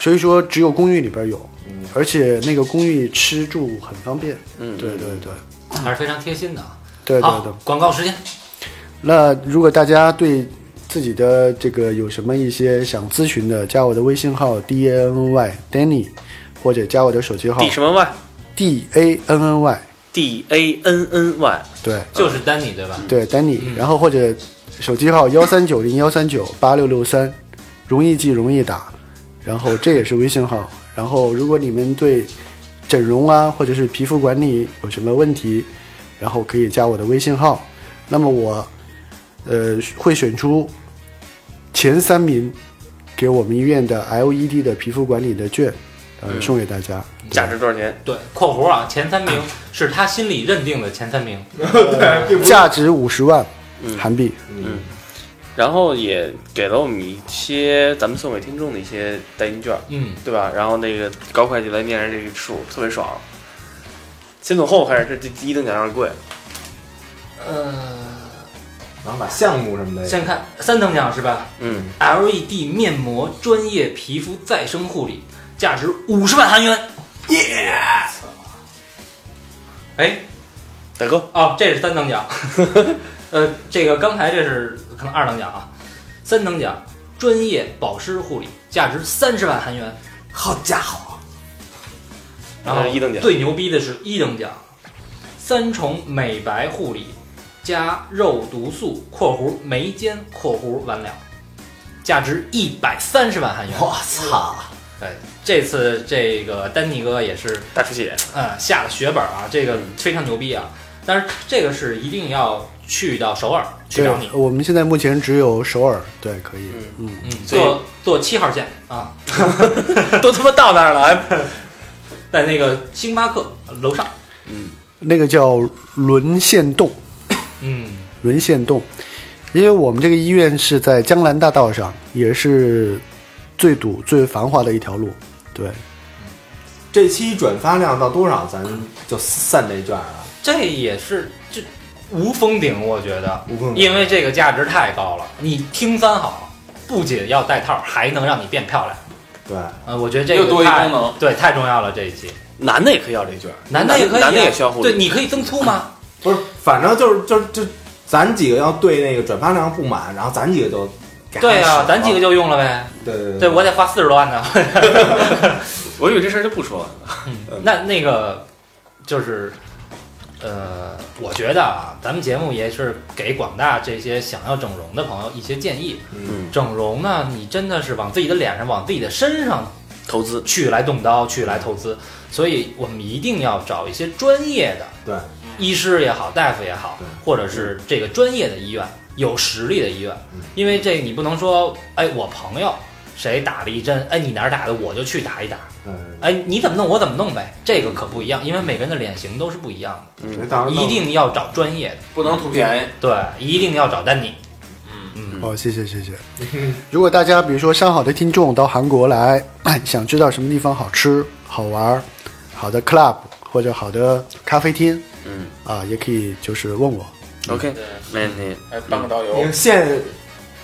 S3: 所以说只有公寓里边有，而且那个公寓吃住很方便。
S4: 嗯
S3: 对对对，
S2: 还是非常贴心的啊。
S3: 对对
S2: 好
S3: 对。，
S2: 广告时间。
S3: 那如果大家对自己的这个有什么一些想咨询的，加我的微信号 d a n y Danny，或者加我的手机号
S4: 第什么 Y
S3: D A N N Y，
S4: D A N N Y，
S3: 对
S2: 就是丹尼对吧？
S3: 对，Danny，、然后或者手机号幺三九零幺三九八六六三，容易记容易打，然后这也是微信号。然后如果你们对整容啊或者是皮肤管理有什么问题，然后可以加我的微信号，那么我呃会选出前三名给我们医院的 LED 的皮肤管理的券，呃、送给大家。
S4: 价值多少钱？
S2: 对，括弧啊，前三名是他心里认定的前三名。
S3: 价值五十万韩币。
S4: 然后也给了我们一些咱们送给听众的一些代金券，
S2: 嗯，
S4: 对吧？然后那个高会计来念着这个数，特别爽。先从后开始，这这第一等奖有点贵，
S2: 呃，
S5: 然后把项目什么的，
S2: 先看三等奖是吧
S4: 嗯，
S2: ？LED 面膜专业皮肤再生护理，价值五十万韩元。耶！哎，
S4: 大哥，
S2: 哦，这是三等 奖。呃，这个刚才这是可能二等奖啊，三等奖专业保湿护理，价值三十万韩元。
S5: 好家伙，
S2: 然后
S4: 呃一等奖
S2: 哦最牛逼的是一等奖，三重美白护理加肉毒素（括弧眉间括弧完了），价值一百三十万韩元。
S5: 我操！
S2: 对，这次这个丹尼哥也是
S4: 大出血，
S2: 嗯，下了血本啊，这个非常牛逼啊！但是这个是一定要去到首尔去
S3: 对
S2: 找
S4: 啊
S2: 你，，
S3: 我们现在目前只有首尔，对，可以，嗯
S2: 嗯，
S4: 所以
S2: 坐坐七号线啊，
S4: 都他妈到那儿了，还
S2: 在那个星巴克楼上。
S3: 那个叫沦陷洞，
S2: 嗯，
S3: 沦陷洞，因为我们这个医院是在江南大道上，也是最堵、最繁华的一条路。对，
S5: 这期转发量到多少，咱就散这券啊？
S2: 这也是这无封顶，我觉得，
S5: 无缝
S2: 因为这个价值太高了。你听三好，不仅要带套，还能让你变漂亮。
S5: 对，
S2: 呃，我觉得这
S6: 又
S2: 个
S6: 多一
S2: 太
S6: 功能
S2: 对太重要了这一期。
S4: 男的也可以要这券儿，
S2: 男的也可以、啊，
S4: 男的也需要护理。
S2: 对，你可以增粗吗？
S5: 不是，反正就是就是就咱几个要对那个转发量不满，然后咱几个就
S4: 嗯
S5: 给
S2: 对呀、
S5: 呀、
S2: 咱几个就用了呗。
S5: 对对
S2: 对，我得花四十多万呢。
S4: 我以为这事儿就不说了。嗯
S2: 那那个就是，呃，我觉得啊，咱们节目也是给广大这些想要整容的朋友一些建议。
S5: 嗯，
S2: 整容呢，你真的是往自己的脸上、往自己的身上
S4: 投资，
S2: 去来动刀、去来投资，所以我们一定要找一些专业的
S5: 对，
S2: 医师也好，大夫也好
S5: 对，
S2: 或者是这个专业的医院，有实力的医院
S5: 嗯，
S2: 因为这你不能说，哎，我朋友谁打了一针，哎，你哪儿打的，我就去打一打，
S5: 嗯，
S2: 哎，你怎么弄我怎么弄呗，这个可不一样，因为每个人的脸型都是不一样
S5: 那到
S2: 的，
S5: 哎时候弄
S2: 一定要找专业的，
S6: 不能图便宜。
S2: 对，一定要找丹尼，
S3: 好，哦谢谢谢谢。 如果大家比如说上好的听众到韩国来，想知道什么地方好吃、好玩、好的 club 或者好的咖啡厅
S4: 嗯
S3: 啊，也可以就是问我
S4: ，OK，
S6: 对，
S4: 嗯没问题。
S6: 还哎当个导
S5: 你
S6: 游
S5: 们，限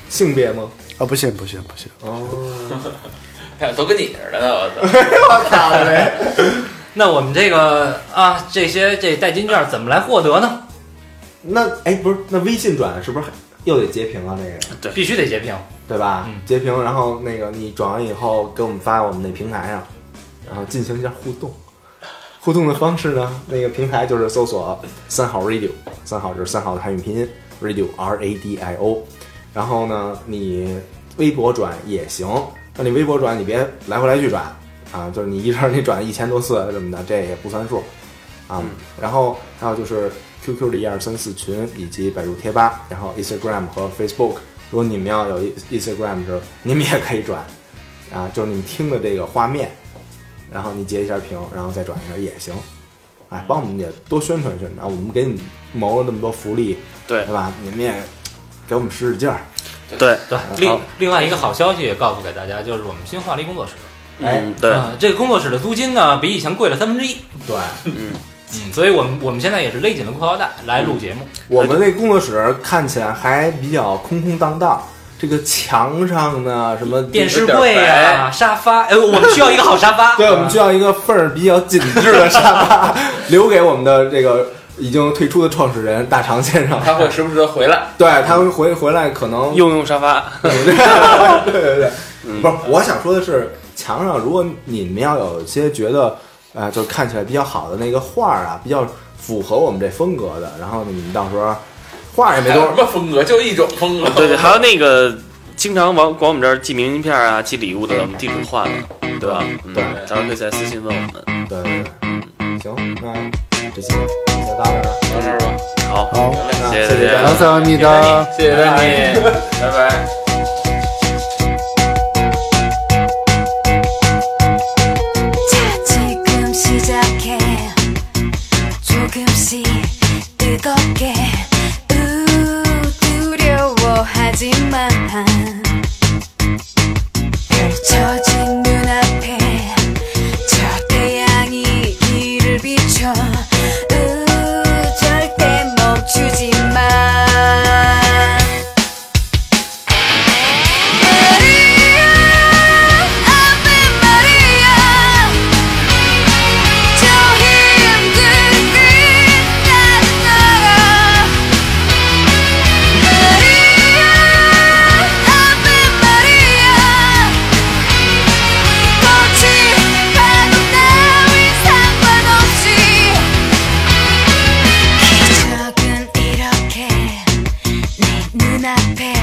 S5: 性别吗？
S3: 啊，不行不行不行，
S5: 哦，
S6: 哎呀都跟你似的呢，我操！
S5: 咋的嘞？
S2: 那我们这个啊，这些这代金券怎么来获得呢？
S5: 那哎，不是，那微信转是不是还又得截屏啊？这个
S4: 对
S2: 必须得截屏，
S5: 对吧？
S2: 嗯
S5: 截屏，然后那个你转完以后给我们发我们那平台上，然后进行一下互动。互动的方式呢？那个平台就是搜索“三好 radio”，三好就是三好的汉语拼音 radio r a d i o。然后呢，你微博转也行，那你微博转你别来回来去转啊，就是你一阵儿你转一千多次什么的，这也不算数啊。
S2: 嗯
S5: 然后还有就是 QQ 的一二三四群以及百度贴吧，然后 Instagram 和 Facebook，如果你们要有 Instagram 的时候，你们也可以转啊，就是你们听的这个画面，然后你截一下屏，然后再转一下也行。哎，帮我们也多宣传宣传，我们给你们谋了那么多福利，
S4: 对
S5: 对吧？你们也给我们使使劲儿，
S4: 对，
S2: 对，另另外一个好消息也告诉给大家，就是我们新化了一工作室。
S5: 哎
S4: 嗯对，
S2: 啊这个工作室的租金呢比以前贵了三分之一，
S5: 对。
S2: 嗯，所以我们我们现在也是勒紧了裤腰带来录节目，
S5: 我们那工作室看起来还比较空空荡荡，这个墙上呢什么
S2: 电视柜呀、沙发，哎，我们需要一个好沙发，
S5: 对我们需要一个缝儿比较紧致的沙发，留给我们的这个已经退出的创始人大长先 生。
S6: 他会时不时的回来。
S5: 对他们回回来可能
S4: 用用沙 发，
S5: 对对 对，不是，我想说的是，墙上如果你们要有一些觉得，呃，就是看起来比较好的那个画儿啊，比较符合我们这风格的，然后你们到时候画儿也没
S6: 还
S5: 多
S6: 有
S5: 少
S6: 哎什，么风格，就一种风格。
S4: 对对，还有那个经常往往我们这儿寄明信片啊、寄礼物的，我们地址换了，对吧？嗯
S5: 对
S4: 到时候可以再私信问我们。
S5: 对对对，行，那这期就到这儿了。
S6: 到这儿吧，
S4: 嗯好，
S3: 好，
S4: 谢
S5: 谢谢
S4: 大
S5: 大
S3: 감
S5: 家。
S4: 家
S3: 사합니다。
S6: 谢谢丹尼，拜拜。
S7: 자 지금 시작해 조금씩 뜨겁게 우 두려워하지만 펼쳐진 눈앞에 저 태양이 길을 비춰 우 절대 멈추지 마 마리아 아픈 마리아 저 힘든 끝난 나라 마리아 아픈 마리아 꽃이 파도 따윈 상관없이 기적은 이렇게 내네 눈앞에